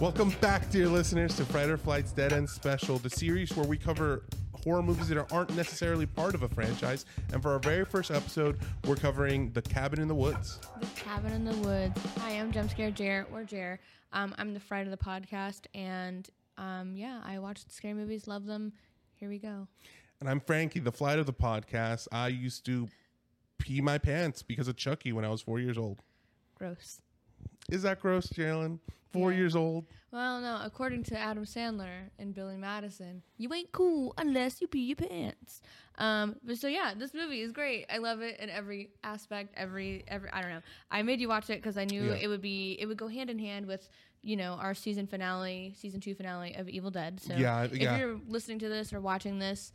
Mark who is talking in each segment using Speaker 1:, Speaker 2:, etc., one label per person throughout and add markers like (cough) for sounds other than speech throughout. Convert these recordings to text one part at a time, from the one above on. Speaker 1: Welcome back, dear listeners, to Fright or Flight's Dead End Special, the series where we cover horror movies that aren't necessarily part of a franchise. And for our very first episode, we're covering The Cabin in the Woods.
Speaker 2: The Cabin in the Woods. Hi, I'm Jumpscare Jer or Jer. Um, I'm the friend of the podcast, and um, yeah, I watch scary movies, love them. Here we go.
Speaker 1: And I'm Frankie, the flight of the podcast. I used to pee my pants because of Chucky when I was four years old.
Speaker 2: Gross.
Speaker 1: Is that gross, Jalen? Four
Speaker 2: Yeah.
Speaker 1: years old?
Speaker 2: Well, no, according to Adam Sandler and Billy Madison, you ain't cool unless you pee your pants. Um, but so yeah, this movie is great. I love it in every aspect. Every every I don't know. I made you watch it because I knew
Speaker 1: Yeah.
Speaker 2: it would be it would go hand in hand with you know our season finale, season two finale of Evil Dead. So
Speaker 1: Yeah,
Speaker 2: if
Speaker 1: yeah.
Speaker 2: you're listening to this or watching this,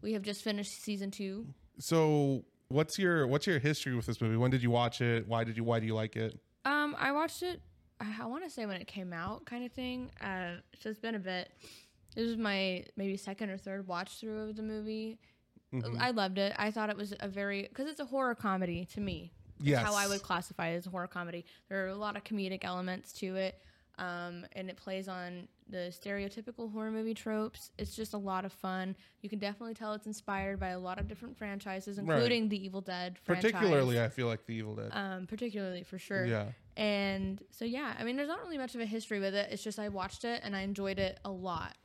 Speaker 2: we have just finished season two.
Speaker 1: So what's your what's your history with this movie? When did you watch it? Why did you why do you like it?
Speaker 2: Um, I watched it. I want to say when it came out, kind of thing. Uh, so it's been a bit. This was my maybe second or third watch through of the movie.
Speaker 1: Mm-hmm.
Speaker 2: I loved it. I thought it was a very because it's a horror comedy to me. That's
Speaker 1: Yes.
Speaker 2: how I would classify it as a horror comedy. There are a lot of comedic elements to it, um, and it plays on the stereotypical horror movie tropes. It's just a lot of fun. You can definitely tell it's inspired by a lot of different franchises, including the Evil Dead franchise
Speaker 1: Particularly, I feel like The Evil Dead.
Speaker 2: um, particularly for sure.
Speaker 1: Yeah.
Speaker 2: And so yeah, I mean, there's not really much of a history with it. It's just I watched it and I enjoyed it a lot.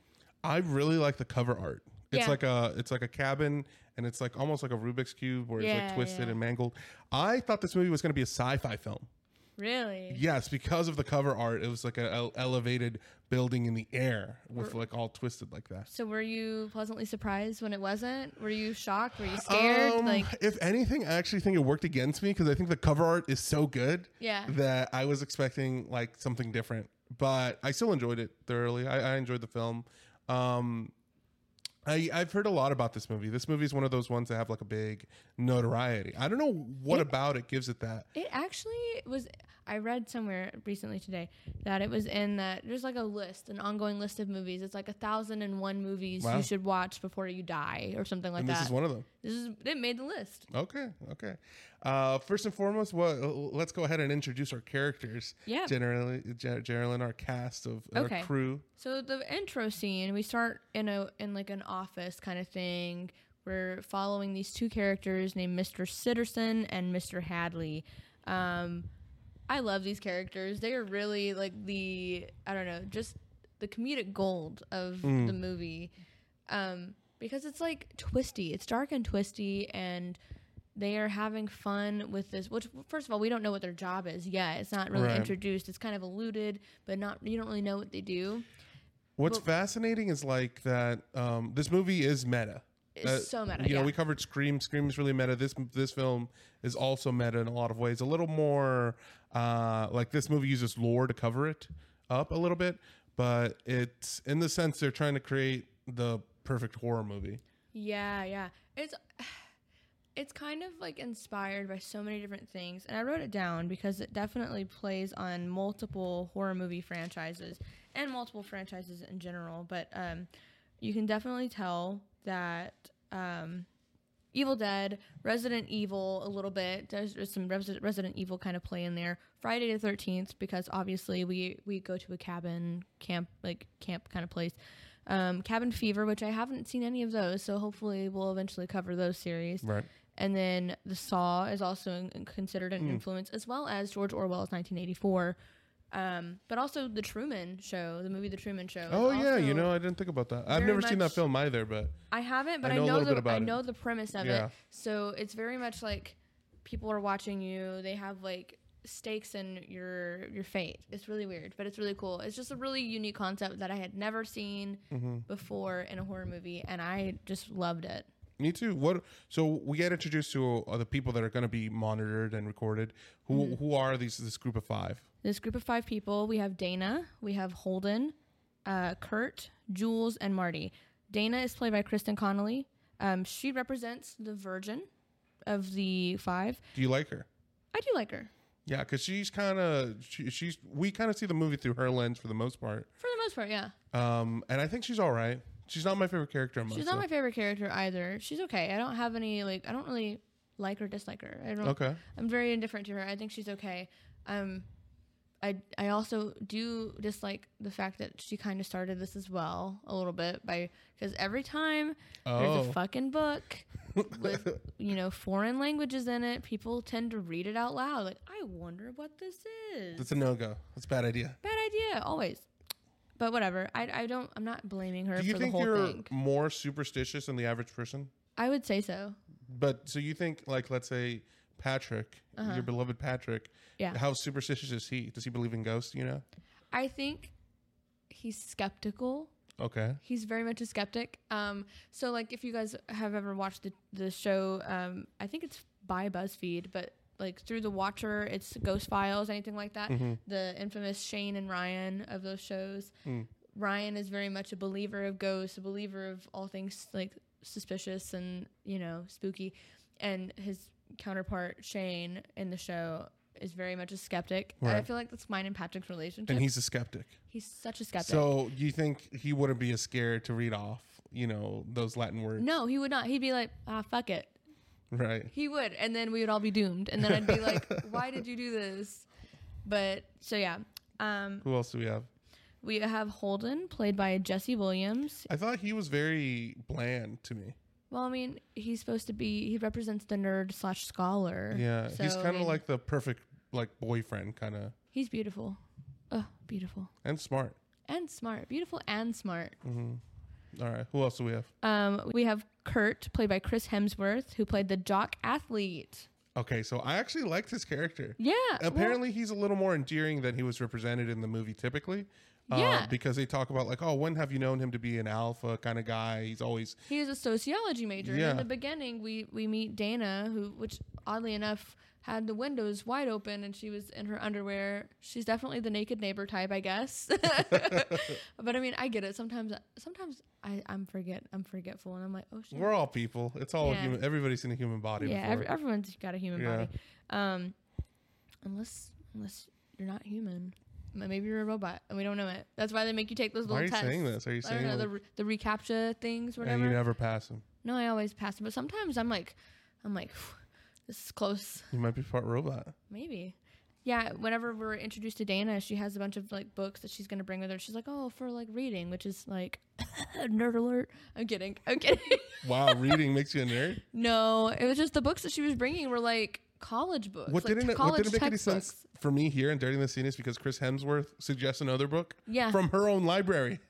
Speaker 1: I really like the cover art. It's
Speaker 2: Yeah.
Speaker 1: like a it's like a cabin and it's like almost like a Rubik's cube where it's like
Speaker 2: Yeah,
Speaker 1: twisted
Speaker 2: yeah.
Speaker 1: and mangled. I thought this movie was going to be a sci-fi film.
Speaker 2: Really?
Speaker 1: Yes, because of the cover art, it was like an ele- elevated building in the air with like all twisted like that.
Speaker 2: So were you pleasantly surprised when it wasn't? Were you shocked? Were you scared?
Speaker 1: Um,
Speaker 2: like
Speaker 1: if anything, I actually think it worked against me because I think the cover art is so good
Speaker 2: Yeah.
Speaker 1: that I was expecting like something different. But I still enjoyed it thoroughly. I, I enjoyed the film. Um, I, I've heard a lot about this movie. This movie is one of those ones that have like a big notoriety. I don't know what about it gives it that.
Speaker 2: it actually was. I read somewhere recently today that it was in that there's like a list, an ongoing list of movies. It's like a thousand and one movies
Speaker 1: Wow.
Speaker 2: you should watch before you die or something like
Speaker 1: And
Speaker 2: that.
Speaker 1: this is one of them.
Speaker 2: this is it made the list.
Speaker 1: Okay, okay. Uh, first and foremost, what? Let's go ahead and introduce our characters.
Speaker 2: Yeah.
Speaker 1: generally, Ger- Geraldine, our cast of
Speaker 2: Okay.
Speaker 1: our crew.
Speaker 2: So the intro scene, we start in a in like an office kind of thing. We're following these two characters named Mr. Sitterson and Mr. Hadley. Um, I love these characters. They are really like the I don't know, just the comedic gold of the movie. Um, because it's like twisty. It's dark and twisty and they are having fun with this which first of all we don't know what their job is yet it's not really
Speaker 1: Right.
Speaker 2: introduced it's kind of alluded but not you don't really know what they do
Speaker 1: What's fascinating is like that. Um, this movie is meta.
Speaker 2: It's so meta,
Speaker 1: You know,
Speaker 2: yeah.
Speaker 1: we covered Scream. Scream is really meta. This this film is also meta in a lot of ways. A little more uh, like this movie uses lore to cover it up a little bit, but it's in the sense they're trying to create the perfect horror movie.
Speaker 2: Yeah, yeah. It's it's kind of like inspired by so many different things, and I wrote it down because it definitely plays on multiple horror movie franchises and multiple franchises in general. But um, you can definitely tell that um, Evil Dead, Resident Evil, a little bit. There's, there's some Res- Resident Evil kind of play in there. Friday the Thirteenth, because obviously we we go to a cabin camp like camp kind of place. Um, cabin Fever, which I haven't seen any of those, so hopefully we'll eventually cover those series.
Speaker 1: Right.
Speaker 2: And then the Saw is also in- considered
Speaker 1: Hmm.
Speaker 2: an influence, as well as George Orwell's 1984. Um, but also the Truman Show, the movie The Truman Show. is
Speaker 1: Oh yeah, you
Speaker 2: also-
Speaker 1: know I didn't think about that. I've
Speaker 2: very
Speaker 1: never seen that
Speaker 2: much-
Speaker 1: film either, but
Speaker 2: I haven't, but
Speaker 1: I
Speaker 2: I
Speaker 1: know a
Speaker 2: know,
Speaker 1: little
Speaker 2: the
Speaker 1: bit about
Speaker 2: I
Speaker 1: it.
Speaker 2: know the premise of
Speaker 1: Yeah.
Speaker 2: it. So it's very much like people are watching you. They have like stakes in your your fate. It's really weird, but it's really cool. It's just a really unique concept that I had never seen
Speaker 1: Mm-hmm.
Speaker 2: before in a horror movie, and I just loved it.
Speaker 1: Me too. What? So we get introduced to uh, the people that are going to be monitored and recorded. Who
Speaker 2: Mm-hmm.
Speaker 1: who are these? This group of five.
Speaker 2: This group of five people, we have Dana, we have Holden, uh, Kurt, Jules, and Marty. Dana is played by Kristen Connolly. Um, she represents the virgin of the five.
Speaker 1: Do you like her?
Speaker 2: I do like her
Speaker 1: Yeah, because she's kind of she, she's we kind of see the movie through her lens for the most part,
Speaker 2: for the most part. Yeah,
Speaker 1: um, and I think she's all right. She's not my favorite character. Among
Speaker 2: she's not my favorite character either. She's okay. I don't have any like. I don't really like or dislike her. I don't.
Speaker 1: Okay,
Speaker 2: I'm very indifferent to her. I think she's okay. Um, I I also do dislike the fact that she kind of started this as well a little bit by because every time there's
Speaker 1: Oh.
Speaker 2: a fucking book
Speaker 1: (laughs)
Speaker 2: with you know foreign languages in it, people tend to read it out loud. Like I wonder what this is.
Speaker 1: That's a no go. That's a bad idea.
Speaker 2: Bad idea always. But whatever. I I don't. I'm not blaming her
Speaker 1: Do you
Speaker 2: for the
Speaker 1: think
Speaker 2: whole
Speaker 1: you're
Speaker 2: thing.
Speaker 1: more superstitious than the average person?
Speaker 2: I would say so.
Speaker 1: But so you think, like, let's say Patrick,
Speaker 2: Uh-huh.
Speaker 1: your beloved Patrick,
Speaker 2: Yeah.
Speaker 1: how superstitious is he? Does he believe in ghosts? You know?
Speaker 2: I think he's skeptical.
Speaker 1: Okay.
Speaker 2: He's very much a skeptic. Um, so like if you guys have ever watched the the show, um, I think it's by BuzzFeed, but like through the Watcher, it's Ghost Files, anything like that.
Speaker 1: Mhm.
Speaker 2: The infamous Shane and Ryan of those shows.
Speaker 1: Mm.
Speaker 2: Ryan is very much a believer of ghosts, a believer of all things like suspicious and you know spooky, and his counterpart Shane in the show is very much a skeptic. And I
Speaker 1: Right.
Speaker 2: feel like that's mine and Patrick's relationship.
Speaker 1: And
Speaker 2: he's,
Speaker 1: he's a skeptic.
Speaker 2: such a skeptic.
Speaker 1: So you think he wouldn't be as scared to read off, you know, those Latin words,
Speaker 2: No, he would not. He'd be like, ah, fuck it.
Speaker 1: right?
Speaker 2: He would. And then we would all be doomed. And then I'd
Speaker 1: (laughs)
Speaker 2: be like, why did you do this? But so, yeah. Um,
Speaker 1: Who else do we have?
Speaker 2: we have Holden, played by Jesse Williams.
Speaker 1: I thought he was very bland to me.
Speaker 2: Well, I mean, he's supposed to be, he represents the nerd slash scholar.
Speaker 1: Yeah, he's
Speaker 2: So, I
Speaker 1: kind of
Speaker 2: mean,
Speaker 1: like the perfect like boyfriend kind of
Speaker 2: He's beautiful. Oh, beautiful.
Speaker 1: and smart.
Speaker 2: And smart. Beautiful and smart.
Speaker 1: Mm-hmm. All right, who else do we have?
Speaker 2: Um, we have Kurt, played by Chris Hemsworth, who played the jock athlete.
Speaker 1: Okay, so I actually liked his character.
Speaker 2: Yeah. well,
Speaker 1: Apparently, he's a little more endearing than he was represented in the movie typically. Uh,
Speaker 2: Yeah.
Speaker 1: Because they talk about, like, oh, when have you known him to be an alpha kind of guy? He's always,
Speaker 2: He is a sociology major.
Speaker 1: Yeah.
Speaker 2: And in the beginning, we we meet Dana, who, which oddly enough, had the windows wide open, and she was in her underwear. She's definitely the naked neighbor type, I guess. (laughs) but I mean, I get it. Sometimes, sometimes I I'm forget I'm forgetful, and I'm like, oh shit.
Speaker 1: we're all people. It's all
Speaker 2: Yeah.
Speaker 1: human. Everybody's seen a human body
Speaker 2: yeah,
Speaker 1: before.
Speaker 2: every, everyone's got a human
Speaker 1: Yeah.
Speaker 2: body, um, unless unless you're not human. M- Maybe you're a robot, and we don't know it. That's why they make you take those
Speaker 1: Why are
Speaker 2: little
Speaker 1: you
Speaker 2: tests.
Speaker 1: saying this? Are you
Speaker 2: I don't
Speaker 1: saying
Speaker 2: know the
Speaker 1: like,
Speaker 2: re- the recaptcha things, whatever.
Speaker 1: and you never pass him?
Speaker 2: No, I always pass it, but sometimes I'm like, I'm like, "Phew, this is close.
Speaker 1: You might be part robot.
Speaker 2: Maybe. Yeah, whenever we're introduced to Dana, she has a bunch of like books that she's gonna bring with her. She's like, oh, for like reading, which is like, (laughs) nerd alert. I'm kidding. I'm kidding. (laughs)
Speaker 1: Wow, reading makes you a nerd.
Speaker 2: no, it was just the books that she was bringing were like college books.
Speaker 1: What
Speaker 2: like,
Speaker 1: didn't it, what
Speaker 2: college
Speaker 1: didn't make any
Speaker 2: textbooks.
Speaker 1: sense for me here in Dirty and the Scene is because Chris Hemsworth suggests another book
Speaker 2: Yeah,
Speaker 1: from her own library.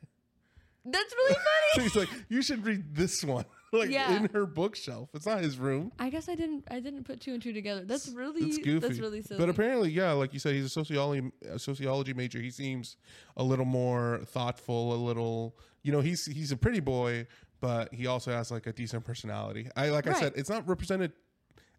Speaker 1: (laughs)
Speaker 2: that's really
Speaker 1: So
Speaker 2: funny.
Speaker 1: he's like, you should read this one, (laughs) like
Speaker 2: Yeah.
Speaker 1: in her bookshelf. It's not his room.
Speaker 2: I guess I didn't. I didn't put two and two together. That's really.
Speaker 1: It's goofy.
Speaker 2: That's really silly.
Speaker 1: But apparently, yeah, like you said, he's a sociology a sociology major. He seems a little more thoughtful, a little, you know, he's he's a pretty boy, but he also has like a decent personality. I like I
Speaker 2: Right.
Speaker 1: said, it's not represented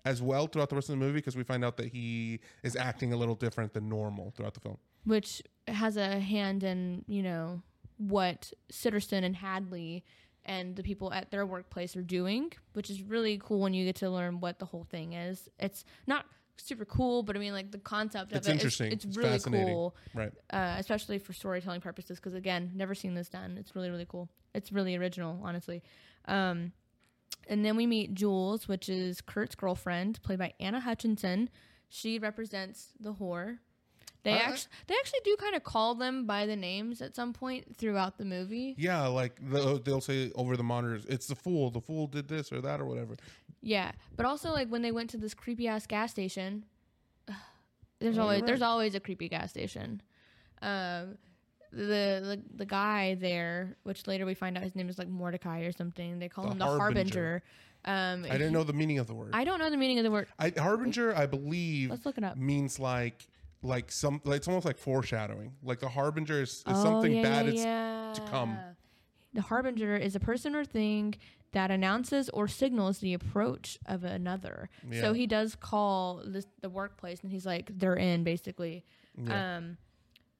Speaker 1: as well throughout the rest of the movie because we find out that he is acting a little different than normal throughout the film.
Speaker 2: which has a hand in you know what Sitterson and Hadley and the people at their workplace are doing, which is really cool when you get to learn what the whole thing is. It's not super cool, but I mean like the concept
Speaker 1: It's
Speaker 2: of it,
Speaker 1: interesting.
Speaker 2: It's,
Speaker 1: It's
Speaker 2: really
Speaker 1: fascinating.
Speaker 2: cool,
Speaker 1: Right.
Speaker 2: uh, especially for storytelling purposes. Because again, never seen this done. It's really really cool. It's really original, honestly. Um, and then we meet Jules, which is Kurt's girlfriend, played by Anna Hutchinson. She represents the whore. They
Speaker 1: I- I-
Speaker 2: actually they actually do kind of call them by the names at some point throughout the movie.
Speaker 1: Yeah, like the, they'll say over the monitors, it's the fool. The fool did this or that or whatever.
Speaker 2: Yeah, but also like when they went to this creepy ass gas station, (sighs) there's
Speaker 1: Oh, you're
Speaker 2: always there's
Speaker 1: right.
Speaker 2: always a creepy gas station. Um, the, the the guy there, which later we find out his name is like Mordecai or something. They call
Speaker 1: The
Speaker 2: him the
Speaker 1: Harbinger.
Speaker 2: Harbinger. Um,
Speaker 1: I didn't know the meaning of the word.
Speaker 2: I don't know the meaning of the word.
Speaker 1: I, harbinger, I believe,
Speaker 2: Let's look it up.
Speaker 1: means like like some. Like it's almost like foreshadowing. Like the harbinger is, is
Speaker 2: Oh,
Speaker 1: something
Speaker 2: yeah,
Speaker 1: bad.
Speaker 2: yeah,
Speaker 1: is
Speaker 2: yeah.
Speaker 1: come.
Speaker 2: The harbinger is a person or thing that announces or signals the approach of another.
Speaker 1: Yeah.
Speaker 2: So he does call this, the workplace, and he's like, "They're in," basically.
Speaker 1: Yeah.
Speaker 2: Um,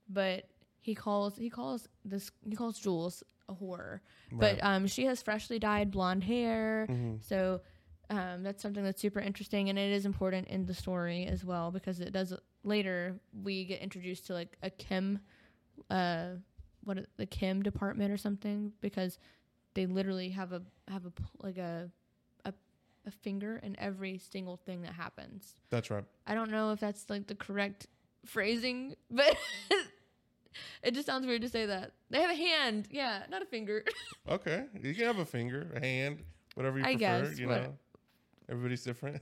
Speaker 2: but he calls he calls this he calls Jules a whore,
Speaker 1: Right.
Speaker 2: but um, she has freshly dyed blonde hair,
Speaker 1: Mm-hmm.
Speaker 2: so. Um, that's something that's super interesting, and it is important in the story as well because it does later we get introduced to like a Kim uh what it- the chem department or something because they literally have a have a pl- like a a, a finger in every single thing that happens.
Speaker 1: That's right.
Speaker 2: I don't know if that's like the correct phrasing, (laughs) but it just sounds weird to say that. They have a hand, yeah, not a finger.
Speaker 1: Okay, you can have a finger, a hand, whatever you
Speaker 2: I
Speaker 1: prefer.
Speaker 2: guess,
Speaker 1: you
Speaker 2: what-
Speaker 1: know, everybody's
Speaker 2: (laughs)
Speaker 1: different.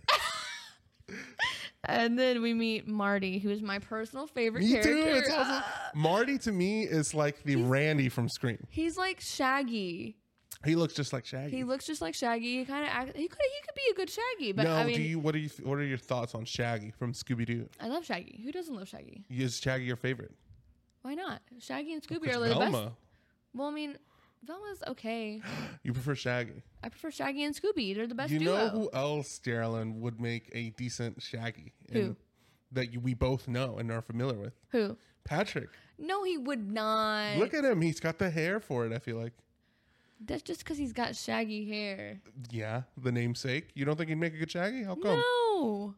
Speaker 2: and then we meet Marty, who is my personal
Speaker 1: (laughs)
Speaker 2: favorite
Speaker 1: me
Speaker 2: character.
Speaker 1: too. It's also
Speaker 2: Ah!
Speaker 1: Marty to me is like the Randy from Scream.
Speaker 2: (gasps) He's like Shaggy.
Speaker 1: He looks just like Shaggy.
Speaker 2: He looks just like Shaggy. He kind of act. He could. He could be a good Shaggy, but
Speaker 1: no,
Speaker 2: I mean,
Speaker 1: do you? What are you? What are your thoughts on Shaggy from Scooby Doo?
Speaker 2: I love Shaggy. Who doesn't love Shaggy?
Speaker 1: Is Shaggy your favorite?
Speaker 2: Why not? Shaggy and Scooby
Speaker 1: 'Cause
Speaker 2: are like the best.
Speaker 1: Velma.
Speaker 2: Well, I mean, Velma's okay.
Speaker 1: You prefer Shaggy.
Speaker 2: I prefer Shaggy and Scooby. They're the best
Speaker 1: you
Speaker 2: duo.
Speaker 1: know who else, Darylin, would make a decent Shaggy?
Speaker 2: Who?
Speaker 1: That you, we both know and are familiar with.
Speaker 2: Who?
Speaker 1: Patrick.
Speaker 2: No, he would not.
Speaker 1: Look at him. He's got the hair for it, I feel like.
Speaker 2: That's just because he's got shaggy hair.
Speaker 1: Yeah, the namesake. You don't think he'd make a good Shaggy? How come?
Speaker 2: No,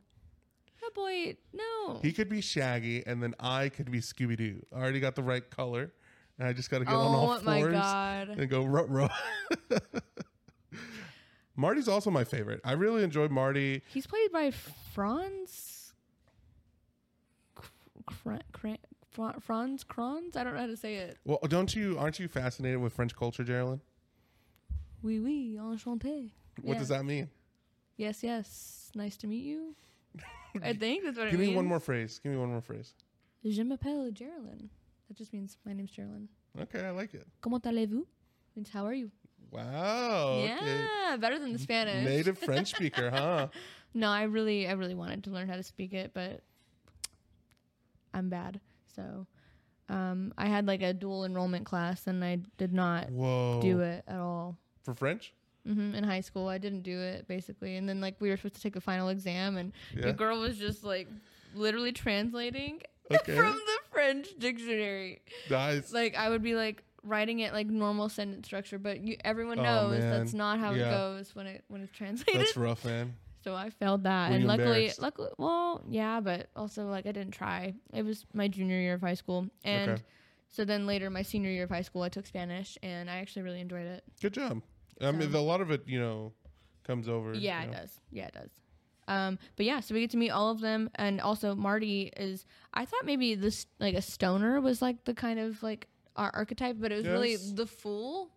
Speaker 2: that boy. No.
Speaker 1: He could be Shaggy, and then I could be Scooby Doo. I already got the right color, and I just got to get on all
Speaker 2: oh my
Speaker 1: fours
Speaker 2: god.
Speaker 1: and go rut row. (laughs) Marty's also my favorite. I really enjoy Marty.
Speaker 2: He's played by Franz. Cr- Cr- Cr- Franz Kranz. I don't know how to say it.
Speaker 1: Well, don't you? Aren't you fascinated with French culture, Darylin?
Speaker 2: Oui, oui, enchanté.
Speaker 1: What
Speaker 2: Yeah.
Speaker 1: does that mean?
Speaker 2: Yes, yes. Nice to meet you. I think that's what
Speaker 1: Give
Speaker 2: it means.
Speaker 1: me one more phrase. Give me one more phrase.
Speaker 2: Je m'appelle Geraldine. That just means my name's Geraldine.
Speaker 1: Okay, I like it.
Speaker 2: Comment allez-vous? Means how are you?
Speaker 1: Wow. okay.
Speaker 2: Yeah, better than the Spanish.
Speaker 1: Native French speaker,
Speaker 2: (laughs)
Speaker 1: huh?
Speaker 2: No, I really, I really wanted to learn how to speak it, but I'm bad. So, um, I had like a dual enrollment class, and I did not
Speaker 1: Whoa.
Speaker 2: do it at all.
Speaker 1: For French?
Speaker 2: hmm In high school, I didn't do it basically, and then like we were supposed to take the final exam, and
Speaker 1: Yeah.
Speaker 2: the girl was just like literally translating (laughs)
Speaker 1: Okay.
Speaker 2: from the French dictionary. (laughs)
Speaker 1: Nice.
Speaker 2: Like I would be like writing it like normal sentence structure, but you, everyone
Speaker 1: Oh,
Speaker 2: knows
Speaker 1: man.
Speaker 2: that's not how
Speaker 1: Yeah.
Speaker 2: it goes when it when it's translated.
Speaker 1: That's rough, man.
Speaker 2: (laughs) So I failed that,
Speaker 1: Were
Speaker 2: and
Speaker 1: you
Speaker 2: luckily,
Speaker 1: embarrassed?
Speaker 2: luckily, well, yeah, but also like I didn't try. It was my junior year of high school, and
Speaker 1: Okay.
Speaker 2: so then later my senior year of high school, I took Spanish, and I actually really enjoyed it.
Speaker 1: Good job. I mean,
Speaker 2: So-
Speaker 1: a lot of it, you know, comes over.
Speaker 2: Yeah,
Speaker 1: you
Speaker 2: it
Speaker 1: know.
Speaker 2: does. Yeah, it does. Um, but yeah, so we get to meet all of them, and also Marty is. I thought maybe this like a stoner was like the kind of like our archetype, but it was really
Speaker 1: Yes.
Speaker 2: the fool.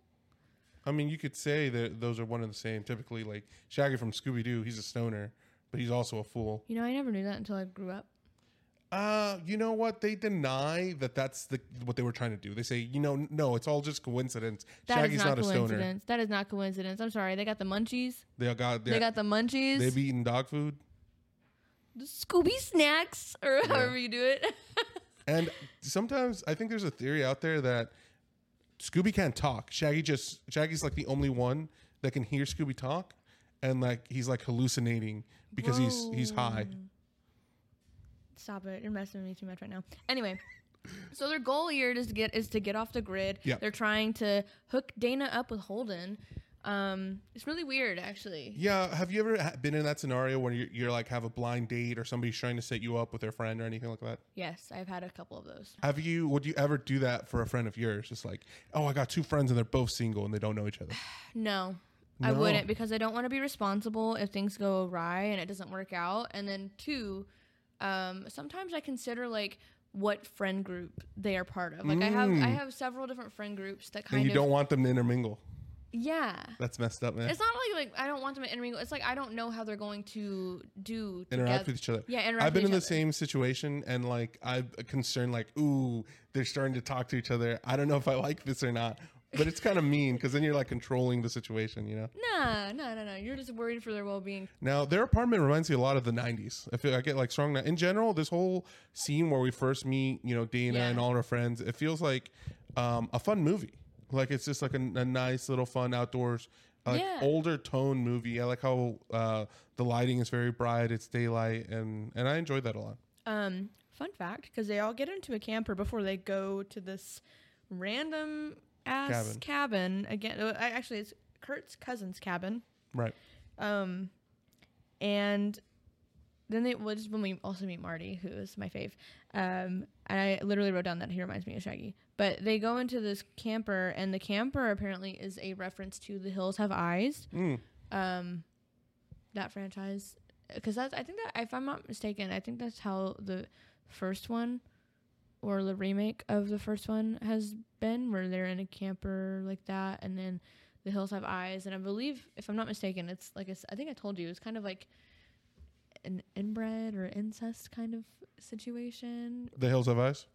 Speaker 1: I mean, you could say that those are one and the same. Typically, like Shaggy from Scooby Doo, he's a stoner, but he's also a fool.
Speaker 2: You know, I never knew that until I grew up.
Speaker 1: Uh, you know what? They deny that that's the what they were trying to do. They say, you know, no, it's all just coincidence.
Speaker 2: That is
Speaker 1: Shaggy's
Speaker 2: not,
Speaker 1: not, a stoner.
Speaker 2: coincidence. That is not coincidence. I'm sorry. They got the munchies.
Speaker 1: They all got
Speaker 2: They
Speaker 1: they,
Speaker 2: got the munchies.
Speaker 1: they be eating dog food.
Speaker 2: the Scooby snacks or however you do it. (laughs)
Speaker 1: And sometimes I think there's a theory out there that Scooby can't talk. Shaggy just Shaggy's like the only one that can hear Scooby talk, and like he's like hallucinating because he's he's high.
Speaker 2: Stop it. You're messing with me too much right now. Anyway, so their goal here is to get is to get off the grid.
Speaker 1: Yep.
Speaker 2: They're trying to hook Dana up with Holden. Um, it's really weird actually.
Speaker 1: Yeah, have you ever ha- been in that scenario where you're, you're like have a blind date or somebody's trying to set you up with their friend or anything like that?
Speaker 2: Yes, I've had a couple of those.
Speaker 1: Have you? Would you ever do that for a friend of yours? Just like, oh, I got two friends and they're both single and they don't know each other.
Speaker 2: No. I
Speaker 1: No.
Speaker 2: wouldn't because I don't want to be responsible if things go awry and it doesn't work out. And then two, um, sometimes I consider like what friend group they are part of. Like I have I
Speaker 1: Mm.
Speaker 2: have several different friend groups that
Speaker 1: And
Speaker 2: kind
Speaker 1: you
Speaker 2: of
Speaker 1: don't want them to intermingle.
Speaker 2: yeah.
Speaker 1: That's messed up, (laughs) man.
Speaker 2: It's not like like I don't want them to intermingle. It's like I don't know how they're going to do
Speaker 1: Interact
Speaker 2: together.
Speaker 1: with each other.
Speaker 2: Yeah, interact.
Speaker 1: I've been in
Speaker 2: with
Speaker 1: the
Speaker 2: each other.
Speaker 1: same situation and like I'm concerned, like, ooh, they're starting to talk to each other. I don't know if I like this or not. But it's kind of mean because then you're like controlling the situation, you know.
Speaker 2: Nah, no, no, no. You're just worried for their well being.
Speaker 1: Now their apartment reminds me a lot of the '90s. I feel I get like strong. In general, this whole scene where we first meet, you know, Dana
Speaker 2: Yeah.
Speaker 1: and all her friends, it feels like um, a fun movie. Like it's just like a, a nice little fun outdoors, like
Speaker 2: Yeah.
Speaker 1: older tone movie. I like how uh, the lighting is very bright. It's daylight, and and I enjoyed that a lot.
Speaker 2: Um, fun fact, because they all get into a camper before they go to this random ass
Speaker 1: Cabin.
Speaker 2: cabin, again. uh, I- Actually, it's Kurt's cousin's cabin.
Speaker 1: Right.
Speaker 2: Um, and then they well, just when we also meet Marty, who is my fave. Um, and I literally wrote down that he reminds me of Shaggy. But they go into this camper, and the camper apparently is a reference to The Hills Have Eyes
Speaker 1: Mm.
Speaker 2: um that franchise because that's i think that if i'm not mistaken i think that's how the first one or the remake of the first one has been, where they're in a camper like that, and then the hills have eyes. And I believe, if I'm not mistaken, it's like I s- I think I told you, it's kind of like an inbred or incest kind of situation.
Speaker 1: The Hills Have Eyes.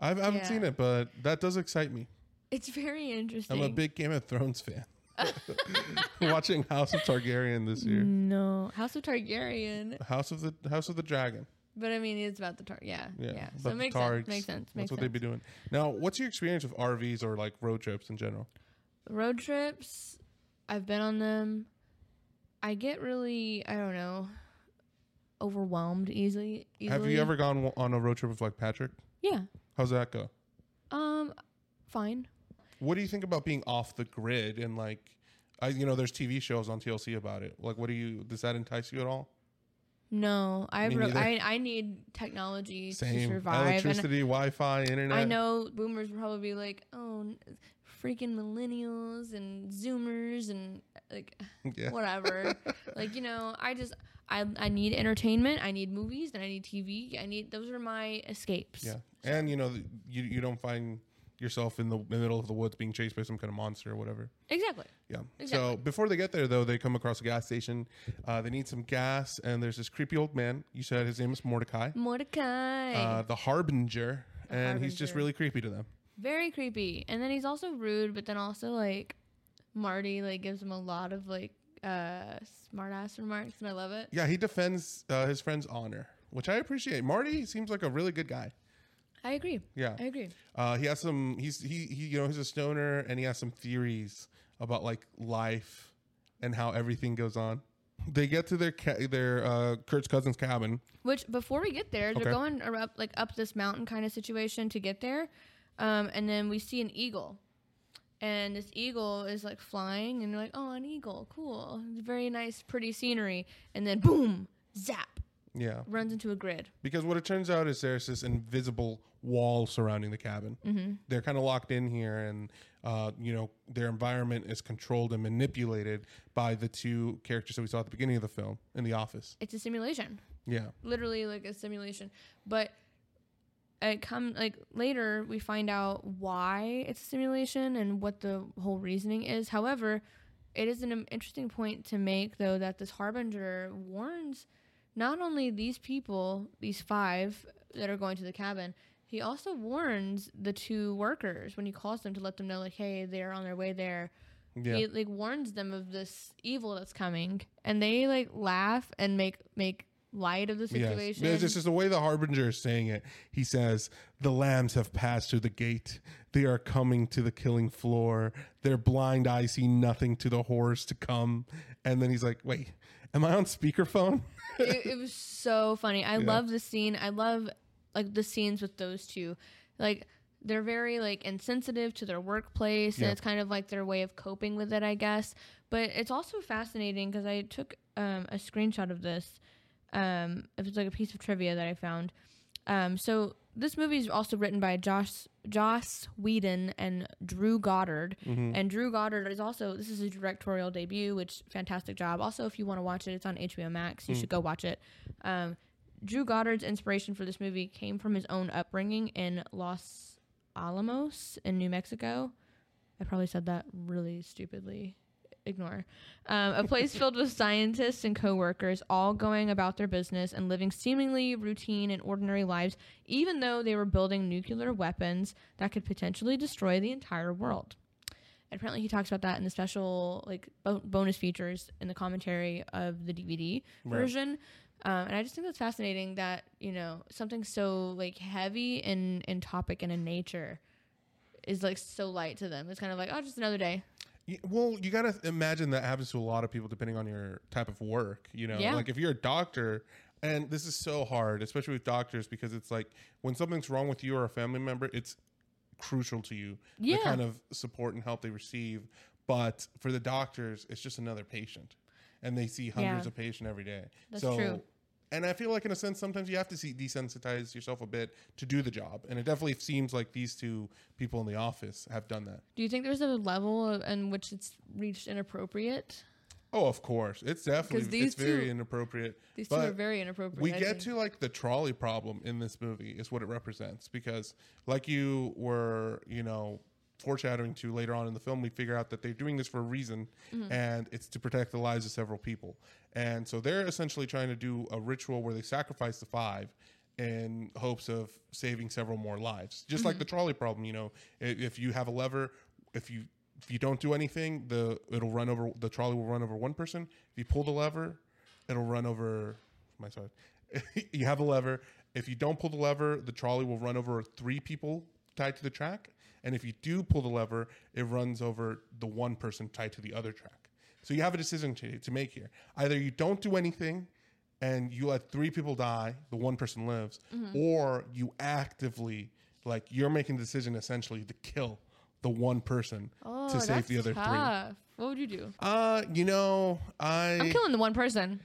Speaker 1: I've, I haven't
Speaker 2: Yeah.
Speaker 1: seen it, but that does excite me.
Speaker 2: It's very interesting.
Speaker 1: I'm a big Game of Thrones
Speaker 2: (laughs)
Speaker 1: fan. (laughs) Watching House of Targaryen this year.
Speaker 2: no House of Targaryen,
Speaker 1: House of the House of the Dragon.
Speaker 2: but I mean it's about the tar. Yeah, yeah.
Speaker 1: Yeah, about
Speaker 2: So
Speaker 1: the
Speaker 2: it makes
Speaker 1: Targs.
Speaker 2: sense. Makes sense.
Speaker 1: That's
Speaker 2: Makes
Speaker 1: what
Speaker 2: sense.
Speaker 1: they'd be doing. Now, what's your experience with RVs or like road trips in general?
Speaker 2: road trips i've been on them i get really i don't know overwhelmed easily, easily.
Speaker 1: Have you ever gone w- on a road trip with like Patrick?
Speaker 2: yeah
Speaker 1: How's that go?
Speaker 2: um fine
Speaker 1: What do you think about being off the grid and like, I you know, there's TV shows on TLC about it. Like, what do you? Does that entice you at all?
Speaker 2: no i
Speaker 1: Me
Speaker 2: re-
Speaker 1: neither.
Speaker 2: I, I need technology to
Speaker 1: Same
Speaker 2: survive and
Speaker 1: electricity, Wi-Fi, internet.
Speaker 2: i know boomers will probably be like oh n- freaking millennials and zoomers and like
Speaker 1: (laughs) (laughs) Yeah.
Speaker 2: whatever. like you know, I just I I need entertainment. I need movies and I need TV. I need those are my escapes.
Speaker 1: Yeah, and you know, th- you you don't find yourself in the in the middle of the woods being chased by some kind of monster or whatever.
Speaker 2: Exactly.
Speaker 1: Yeah. So
Speaker 2: Exactly.
Speaker 1: before they get there, though, they come across a gas station. Uh, they need some gas, and there's this creepy old man. You said his name is Mordecai,
Speaker 2: Mordecai.
Speaker 1: uh, the harbinger,
Speaker 2: The
Speaker 1: and he's just
Speaker 2: Harbinger.
Speaker 1: really creepy to them.
Speaker 2: Very creepy. And then he's also rude, but then also like Marty like gives him a lot of like uh smart ass remarks and I love it.
Speaker 1: Yeah, he defends uh, his friend's honor, which I appreciate. Marty seems like a really good guy.
Speaker 2: I agree.
Speaker 1: Yeah.
Speaker 2: I agree.
Speaker 1: Uh, he has some. He's he, he you know he's a stoner and he has some theories about like life and how everything goes on. They get to their ca- their uh, Kurt's cousin's cabin.
Speaker 2: Which before we get there,
Speaker 1: Okay.
Speaker 2: they're going ar- up like up this mountain kind of situation to get there, um, and then we see an eagle, and this eagle is like flying, and they're like, "Oh, an eagle, cool, very nice, pretty scenery." And then boom, zap,
Speaker 1: Yeah,
Speaker 2: runs into a grid.
Speaker 1: because what it turns out is there's this invisible wall surrounding the cabin. They're kind of locked in here, and uh, you know their environment is controlled and manipulated by the two characters that we saw at the beginning of the film in the office.
Speaker 2: It's a simulation,
Speaker 1: Yeah,
Speaker 2: literally like a simulation. But it come like later we find out why it's a simulation and what the whole reasoning is. However, it is an im- interesting point to make though that this harbinger warns not only these people, these five that are going to the cabin, he also warns the two workers when he calls them to let them know like, hey, they're on their way there.
Speaker 1: yeah.
Speaker 2: He like warns them of this evil that's coming, and they like laugh and make make light of the situation.
Speaker 1: Yes. This is the way the harbinger is saying it. He says, The lambs have passed through the gate. They are coming to the killing floor. Their blind eyes see nothing to the horrors to come. And then he's like, Wait, am I on speakerphone?
Speaker 2: it, it was so funny. I
Speaker 1: Yeah.
Speaker 2: love the scene. I love like the scenes with those two. Like they're very like insensitive to their workplace,
Speaker 1: Yeah.
Speaker 2: and it's kind of like their way of coping with it, I guess. But it's also fascinating because I took um, a screenshot of this. Um, it was like a piece of trivia that I found. Um, so this movie is also written by Josh Joss Whedon and Drew Goddard, and Drew Goddard is also this is a directorial debut, which fantastic job. Also, if you want to watch it, it's on HBO Max. You should go watch it. Um, Drew Goddard's inspiration for this movie came from his own upbringing in Los Alamos in New Mexico. I probably said that really stupidly. Ignore. Um, a place filled with scientists and coworkers, all going about their business and living seemingly routine and ordinary lives, even though they were building nuclear weapons that could potentially destroy the entire world. And apparently, he talks about that in the special, like bo- bonus features in the commentary of the DVD
Speaker 1: Right.
Speaker 2: version. Um, and I just think that's fascinating that you know something so like heavy in in topic and in nature is like so light to them. It's kind of like oh, just another day.
Speaker 1: Y- Well, you got to imagine that happens to a lot of people depending on your type of work. You know,
Speaker 2: Yeah.
Speaker 1: like if you're a doctor, and this is so hard, especially with doctors, because it's like when something's wrong with you or a family member, it's crucial to you
Speaker 2: Yeah.
Speaker 1: the kind of support and help they receive. But for the doctors, it's just another patient, and they see hundreds
Speaker 2: Yeah.
Speaker 1: of patients every day.
Speaker 2: That's true.
Speaker 1: And I feel like, in a sense, sometimes you have to see, desensitize yourself a bit to do the job. And it definitely seems like these two people in the office have done that.
Speaker 2: Do you think there's a level of, in which it's reached inappropriate?
Speaker 1: Oh, of course. It's definitely
Speaker 3: 'Cause these
Speaker 1: it's very
Speaker 3: two-
Speaker 1: inappropriate.
Speaker 3: These two
Speaker 1: but
Speaker 3: are very inappropriate.
Speaker 1: we
Speaker 3: I
Speaker 1: get
Speaker 3: think.
Speaker 1: to like the trolley problem in this movie is what it represents because like you were, you know, foreshadowing to later on in the film, we figure out that they're doing this for a reason and it's to protect the lives of several people. And so they're essentially trying to do a ritual where they sacrifice the five in hopes of saving several more lives. Just like the trolley problem, you know, i- if you have a lever, if you if you don't do anything, the it'll run over the trolley will run over one person. If you pull the lever, it'll run over my side. (laughs) you have a lever. If you don't pull the lever, the trolley will run over three people tied to the track. And if you do pull the lever, it runs over the one person tied to the other track. So you have a decision to, to make here. Either you don't do anything and you let three people die, the one person lives,
Speaker 3: Mm-hmm.
Speaker 1: or you actively, like, you're making the decision essentially to kill the one person
Speaker 3: oh,
Speaker 1: to save
Speaker 3: that's
Speaker 1: the other three.
Speaker 3: tough. What would you do?
Speaker 1: Uh, you know, I
Speaker 3: I'm killing the one person.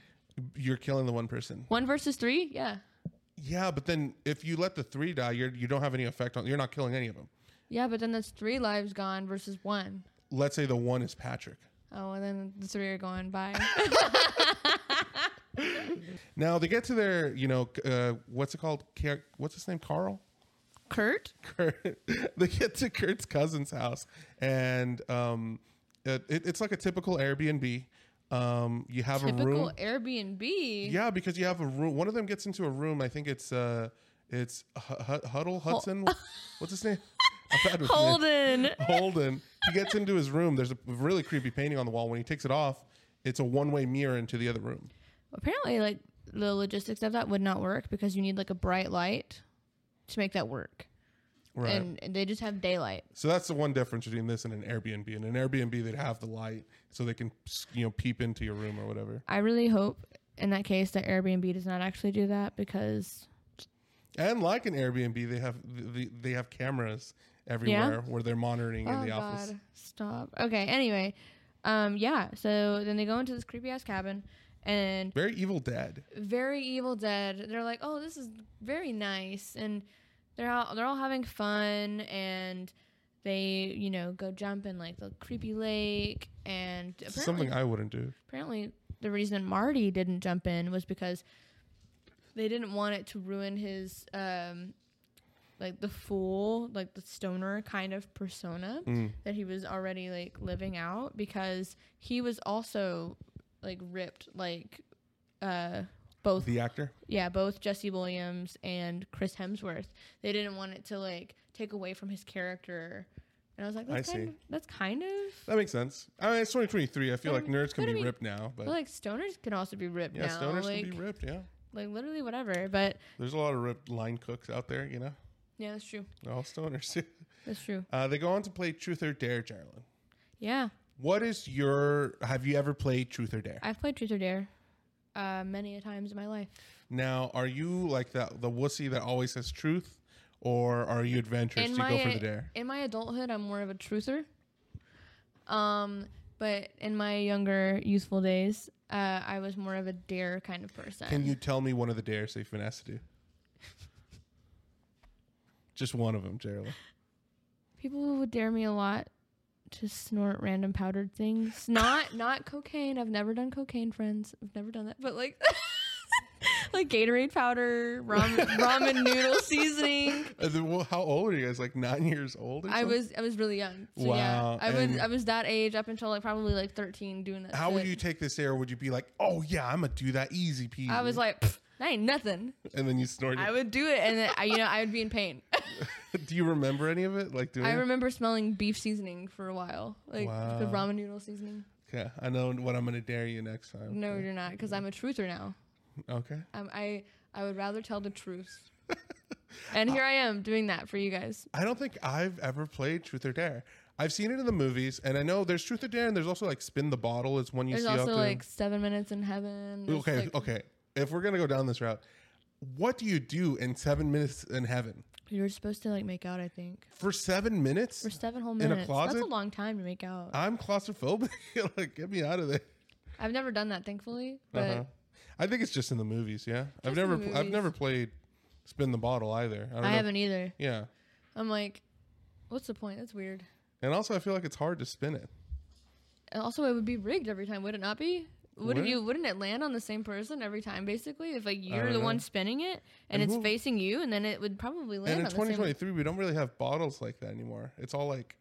Speaker 1: you're killing the one person.
Speaker 3: One versus three? Yeah.
Speaker 1: Yeah, but then if you let the three die, you're you don't have any effect on. You're not killing any of them.
Speaker 3: Yeah, but then that's three lives gone versus one.
Speaker 1: Let's say the one is Patrick.
Speaker 3: Oh, and then the three are going
Speaker 2: (laughs)
Speaker 3: by.
Speaker 1: Now they get to their, you know, uh, what's it called? Ca- What's his name? Carl. (laughs)
Speaker 3: Kurt?
Speaker 1: Kurt, they get to Kurt's cousin's house, and um, it, it- it's like a typical Airbnb. Um, you have a room.
Speaker 3: Typical Airbnb.
Speaker 1: Yeah, because you have a room. One of them gets into a room. I think it's uh, it's H- H- Huddle
Speaker 3: (laughs)
Speaker 1: Hudson. What's his name? I'm bad with names. (laughs)
Speaker 3: Holden.
Speaker 1: Holden. He gets into his room. There's a really creepy painting on the wall. When he takes it off, it's a one way mirror into the other room.
Speaker 2: Apparently, like the logistics of that would not work because you need like a bright light to make that work,
Speaker 1: Right.
Speaker 2: and, and they just have daylight.
Speaker 1: so that's the one difference between this and an Airbnb. In an Airbnb, they'd have the light so they can, you know, peep into your room or whatever.
Speaker 2: I really hope in that case that Airbnb does not actually do that because
Speaker 1: And like an Airbnb, they have the, they have cameras everywhere where they're monitoring in
Speaker 3: Oh,
Speaker 1: the office.
Speaker 3: God.
Speaker 2: stop. Okay, anyway, um, yeah. So then they go into this creepy ass cabin, and
Speaker 1: Very Evil Dead.
Speaker 3: very Evil Dead. They're like, oh, this is very nice, and they're all, they're all having fun, and
Speaker 2: they you know go jump in like the creepy lake, and
Speaker 1: It's
Speaker 2: apparently
Speaker 1: Something I wouldn't do.
Speaker 2: apparently the reason Marty didn't jump in was because they didn't want it to ruin his um like the fool, like the stoner kind of persona
Speaker 1: Mm.
Speaker 2: that he was already like living out because he was also like ripped like uh both
Speaker 1: The actor.
Speaker 2: yeah, both Jesse Williams and Chris Hemsworth. They didn't want it to like take away from his character. And I was like,
Speaker 1: I
Speaker 2: that's kind
Speaker 1: see.
Speaker 2: of that's kind of
Speaker 1: That makes sense. I mean, it's 2023. I feel
Speaker 2: Could
Speaker 1: like nerds can
Speaker 2: could
Speaker 1: be
Speaker 2: be-
Speaker 1: ripped now,
Speaker 2: but,
Speaker 1: but
Speaker 2: like stoners can also be ripped
Speaker 1: yeah,
Speaker 2: now.
Speaker 1: stoners
Speaker 2: like,
Speaker 1: can be ripped. Yeah,
Speaker 2: like literally whatever. But
Speaker 1: there's a lot of ripped line cooks out there. You know,
Speaker 2: yeah, that's true.
Speaker 1: they're all stoners.
Speaker 2: That's true.
Speaker 1: (laughs) uh, they go on to play Truth or Dare, Jarlin.
Speaker 2: Yeah,
Speaker 1: What is your? Have you ever played Truth or Dare?
Speaker 2: I've played Truth or Dare uh, many a times in my life.
Speaker 1: Now, are you like the the wussy that always says truth, or are you adventurous?
Speaker 3: In
Speaker 1: Do you go
Speaker 3: my-
Speaker 1: for
Speaker 2: e-
Speaker 1: the dare?
Speaker 3: in my adulthood, I'm more of a truther. Um, but in my younger youthful days,
Speaker 2: Uh, I was more of a dare kind of person.
Speaker 1: Can you tell me one of the dares that you've been asked to do? (laughs) Just one of them, Jarlin.
Speaker 2: People would dare me a lot to snort random powdered
Speaker 3: (laughs)
Speaker 2: things. Not not cocaine. I've never done cocaine, friends. I've never done that. But like (laughs) like Gatorade powder,
Speaker 3: (laughs)
Speaker 2: ramen, ramen noodle seasoning.
Speaker 1: Uh, the- well, how old are you guys? Like nine years old? Or
Speaker 2: I
Speaker 1: something?
Speaker 2: was I was really young. So yeah,
Speaker 1: Wow,
Speaker 2: I was
Speaker 1: and-
Speaker 2: I was that age up until like probably like 13 doing that.
Speaker 1: How would
Speaker 2: shit.
Speaker 1: you take this dare? Would you be like, oh yeah, I'm gonna do that easy peasy?
Speaker 2: I was like, "Pfft, that ain't nothing.
Speaker 1: and then you snorted.
Speaker 2: I would do it, and then I, you know, I would be in pain.
Speaker 1: (laughs) do you remember any of it? Like doing?
Speaker 2: I
Speaker 1: it?
Speaker 2: remember smelling beef seasoning for a while, like the
Speaker 1: Wow.
Speaker 2: ramen noodle seasoning.
Speaker 1: Yeah, I know what I'm gonna dare you next time.
Speaker 2: No, you're not, because I'm a truther now.
Speaker 1: Okay.
Speaker 2: I'm, I I would rather tell
Speaker 1: (laughs)
Speaker 2: the truth, and
Speaker 1: Uh,
Speaker 2: here I am doing that for you guys.
Speaker 1: I don't think I've ever played Truth or Dare. I've seen it in the movies, and I know there's Truth or Dare, and there's also like Spin the Bottle is one you
Speaker 2: There's
Speaker 1: see out
Speaker 2: also
Speaker 1: there.
Speaker 2: like seven minutes in heaven. There's,
Speaker 1: okay,
Speaker 2: like,
Speaker 1: okay. If we're gonna go down this route, what do you do in seven minutes in heaven?
Speaker 2: You're supposed to like make out, I think,
Speaker 1: For seven minutes,
Speaker 2: for seven whole
Speaker 1: a
Speaker 2: minutes. That's
Speaker 1: closet? Uh,
Speaker 2: a long time to make out.
Speaker 1: I'm claustrophobic. (laughs) like, get me out of there.
Speaker 2: I've never done that, thankfully, but
Speaker 1: Uh-huh. I think it's just in the movies. Yeah, I've
Speaker 2: Just in
Speaker 1: never,
Speaker 2: the
Speaker 1: pl- I've
Speaker 2: movies.
Speaker 1: never played Spin the Bottle either. I, don't
Speaker 2: I
Speaker 1: know.
Speaker 2: haven't either.
Speaker 1: Yeah,
Speaker 2: I'm like, what's the point? That's weird.
Speaker 1: and also I feel like it's hard to spin it.
Speaker 2: And also, it would be rigged every time, would it not be? Wouldn't
Speaker 1: Would it?
Speaker 2: you? Wouldn't it land on the same person every time? Basically, if like you're
Speaker 1: don't
Speaker 2: the one
Speaker 1: know.
Speaker 2: spinning it
Speaker 1: And
Speaker 2: and, it's
Speaker 1: who-
Speaker 2: facing you, and then it would probably land
Speaker 1: And in
Speaker 2: on the same.
Speaker 1: 2023, we don't really have bottles like that anymore. It's all like,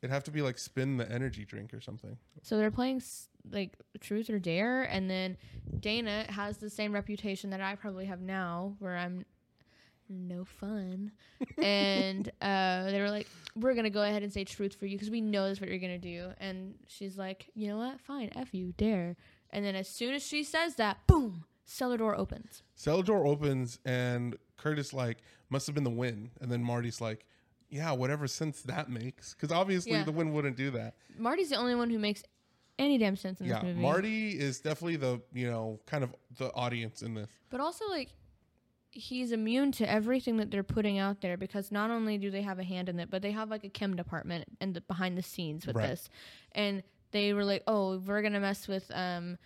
Speaker 1: it'd have to be like spin the energy drink or something.
Speaker 2: So they're playing s- like truth or dare, and then Dana has the same reputation that I probably have now, where I'm no fun. and uh, they were like, "We're gonna go ahead and say truth for you because we know that's what you're gonna do." And she's like, "You know what? Fine, f you, dare." And then as soon as she says that, boom, cellar door opens.
Speaker 1: Cellar door opens and Curtis like must have been the win, and then Marty's like, yeah, whatever sense that makes, because obviously
Speaker 2: Yeah.
Speaker 1: the win wouldn't do that.
Speaker 2: Marty's the only one who makes any damn sense in
Speaker 1: yeah,
Speaker 2: this movie.
Speaker 1: Marty is definitely the you know kind of the audience in this.
Speaker 2: But also, like, he's immune to everything that they're putting out there because not only do they have a hand in it, but they have like a chem department and the behind the scenes with
Speaker 1: Right.
Speaker 2: this, and they were like, "Oh, we're gonna mess with um,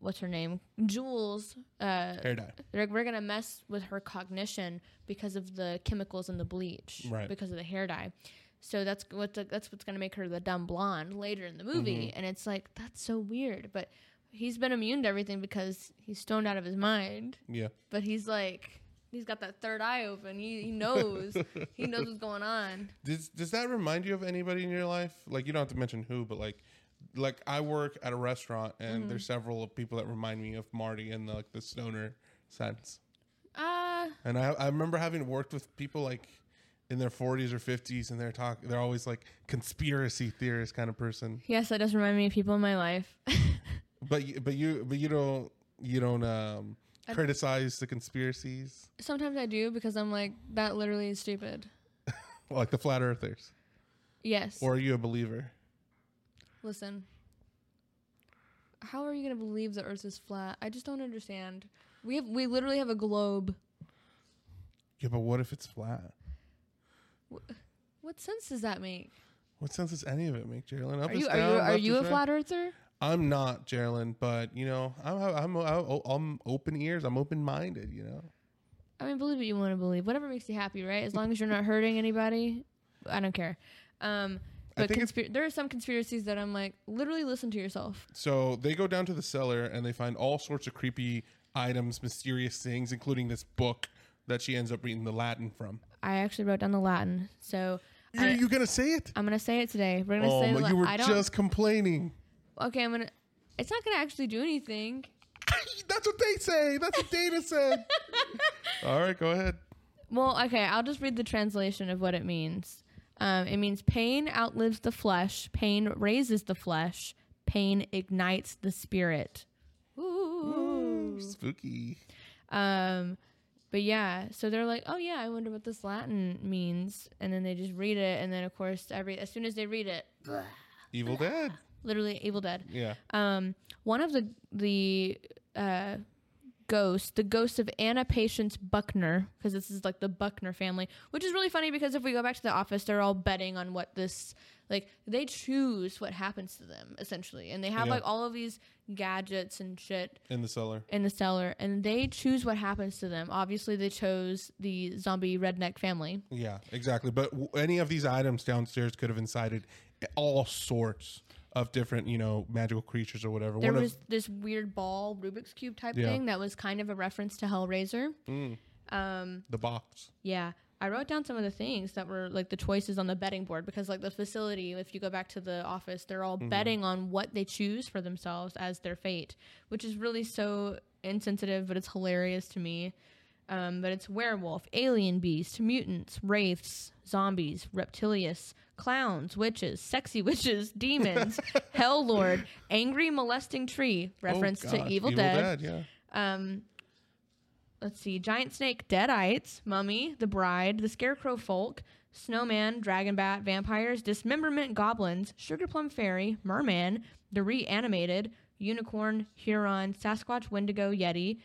Speaker 2: what's her name, Jules." Uh,
Speaker 1: Hair dye.
Speaker 2: they're like, we're gonna mess with her cognition because of the chemicals in the bleach,
Speaker 1: Right.
Speaker 2: because of the hair dye. So that's what the, that's what's gonna make her the dumb blonde later in the movie,
Speaker 1: Mm-hmm.
Speaker 2: and it's like that's so weird. But he's been immune to everything because he's stoned out of his mind.
Speaker 1: Yeah,
Speaker 2: But he's like, he's got that third eye open. He, he knows. he knows what's going on.
Speaker 1: Does does that remind you of anybody in your life? Like you don't have to mention who, but like like I work at a restaurant and there's several people that remind me of Marty and the, like the stoner sense.
Speaker 2: Uh,
Speaker 1: And I I remember having worked with people like in their 40s or 50s and they're talk they're always like conspiracy theorist kind of person.
Speaker 2: yes, that does remind me of people in my life.
Speaker 1: But you, but you but you don't you don't um criticize the conspiracies
Speaker 2: (laughs) Sometimes I do because I'm like, that literally is stupid.
Speaker 1: like the flat earthers
Speaker 2: Yes.
Speaker 1: or are you a believer?
Speaker 2: Listen. How are you gonna believe the Earth is flat? I just don't understand. We have we literally have a globe.
Speaker 1: Yeah, but what if it's flat?
Speaker 2: What sense does that make?
Speaker 1: What sense does any of it make, Jalen? Up
Speaker 2: Are
Speaker 1: is
Speaker 2: you are you
Speaker 1: down,
Speaker 2: are
Speaker 1: left
Speaker 2: you
Speaker 1: is
Speaker 2: a
Speaker 1: right.
Speaker 2: flat earther?
Speaker 1: I'm not Jalen, but you know, I'm I'm I'm, I'm open ears. I'm open minded. You know,
Speaker 2: I mean, believe what you want to believe. Whatever makes you happy, right? As long as you're not hurting anybody, I don't care. Um,
Speaker 1: I
Speaker 2: but
Speaker 1: think it's-
Speaker 2: conspira- there are some conspiracies that I'm like, literally listen to yourself.
Speaker 1: so they go down to the cellar and they find all sorts of creepy items, mysterious things, including this book that she ends up reading the Latin from.
Speaker 2: I actually wrote down the Latin, so
Speaker 1: Are
Speaker 2: I,
Speaker 1: you gonna say it?
Speaker 2: I'm gonna say it today. We're gonna
Speaker 1: Oh,
Speaker 2: say
Speaker 1: but
Speaker 2: the
Speaker 1: you
Speaker 2: La-
Speaker 1: were
Speaker 2: I don't.
Speaker 1: just complaining. (laughs)
Speaker 2: okay, I'm gonna. It's not gonna actually do anything.
Speaker 1: That's what they say. That's what Dana
Speaker 2: (laughs)
Speaker 1: said. all right, go ahead.
Speaker 2: Well, okay, I'll just read the translation of what it means. Um, it means pain outlives the flesh, pain raises the flesh, pain ignites the spirit. Ooh.
Speaker 1: Spooky.
Speaker 2: Um, but yeah, so they're like, oh yeah, I wonder what this Latin means, and then they just read it, and then of course, every as soon as they read it,
Speaker 1: Evil Dead.
Speaker 2: literally Evil Dead.
Speaker 1: Yeah.
Speaker 2: Um, one of the the uh, ghosts, the ghost of Anna Patience Buckner, because this is like the Buckner family, which is really funny because if we go back to the office, they're all betting on what this like they choose what happens to them essentially, and they have
Speaker 1: Yeah.
Speaker 2: like all of these gadgets and shit
Speaker 1: In the cellar.
Speaker 2: in the cellar, and they choose what happens to them. Obviously, they chose the zombie redneck family.
Speaker 1: Yeah, exactly. But w- any of these items downstairs could have incited all sorts of different, you know, magical creatures or whatever.
Speaker 2: There
Speaker 1: One
Speaker 2: was
Speaker 1: of,
Speaker 2: this weird ball Rubik's cube type
Speaker 1: Yeah.
Speaker 2: thing that was kind of a reference to Hellraiser.
Speaker 1: Mm.
Speaker 2: Um,
Speaker 1: the box.
Speaker 2: Yeah. I wrote down some of the things that were like the choices on the betting board because like the facility, if you go back to the office, they're all betting on what they choose for themselves as their fate, which is really so insensitive, but it's hilarious to me. Um, but it's werewolf, alien beast, mutants, wraiths, zombies, reptilius, clowns, witches, sexy (laughs) witches, demons, hell lord, angry molesting tree, reference
Speaker 1: Oh,
Speaker 2: to
Speaker 1: gosh,
Speaker 2: Evil, Dead
Speaker 1: Yeah.
Speaker 2: um let's see giant snake deadites mummy the bride the scarecrow folk snowman dragon bat vampires dismemberment goblins sugar plum fairy merman the reanimated unicorn huron sasquatch wendigo yeti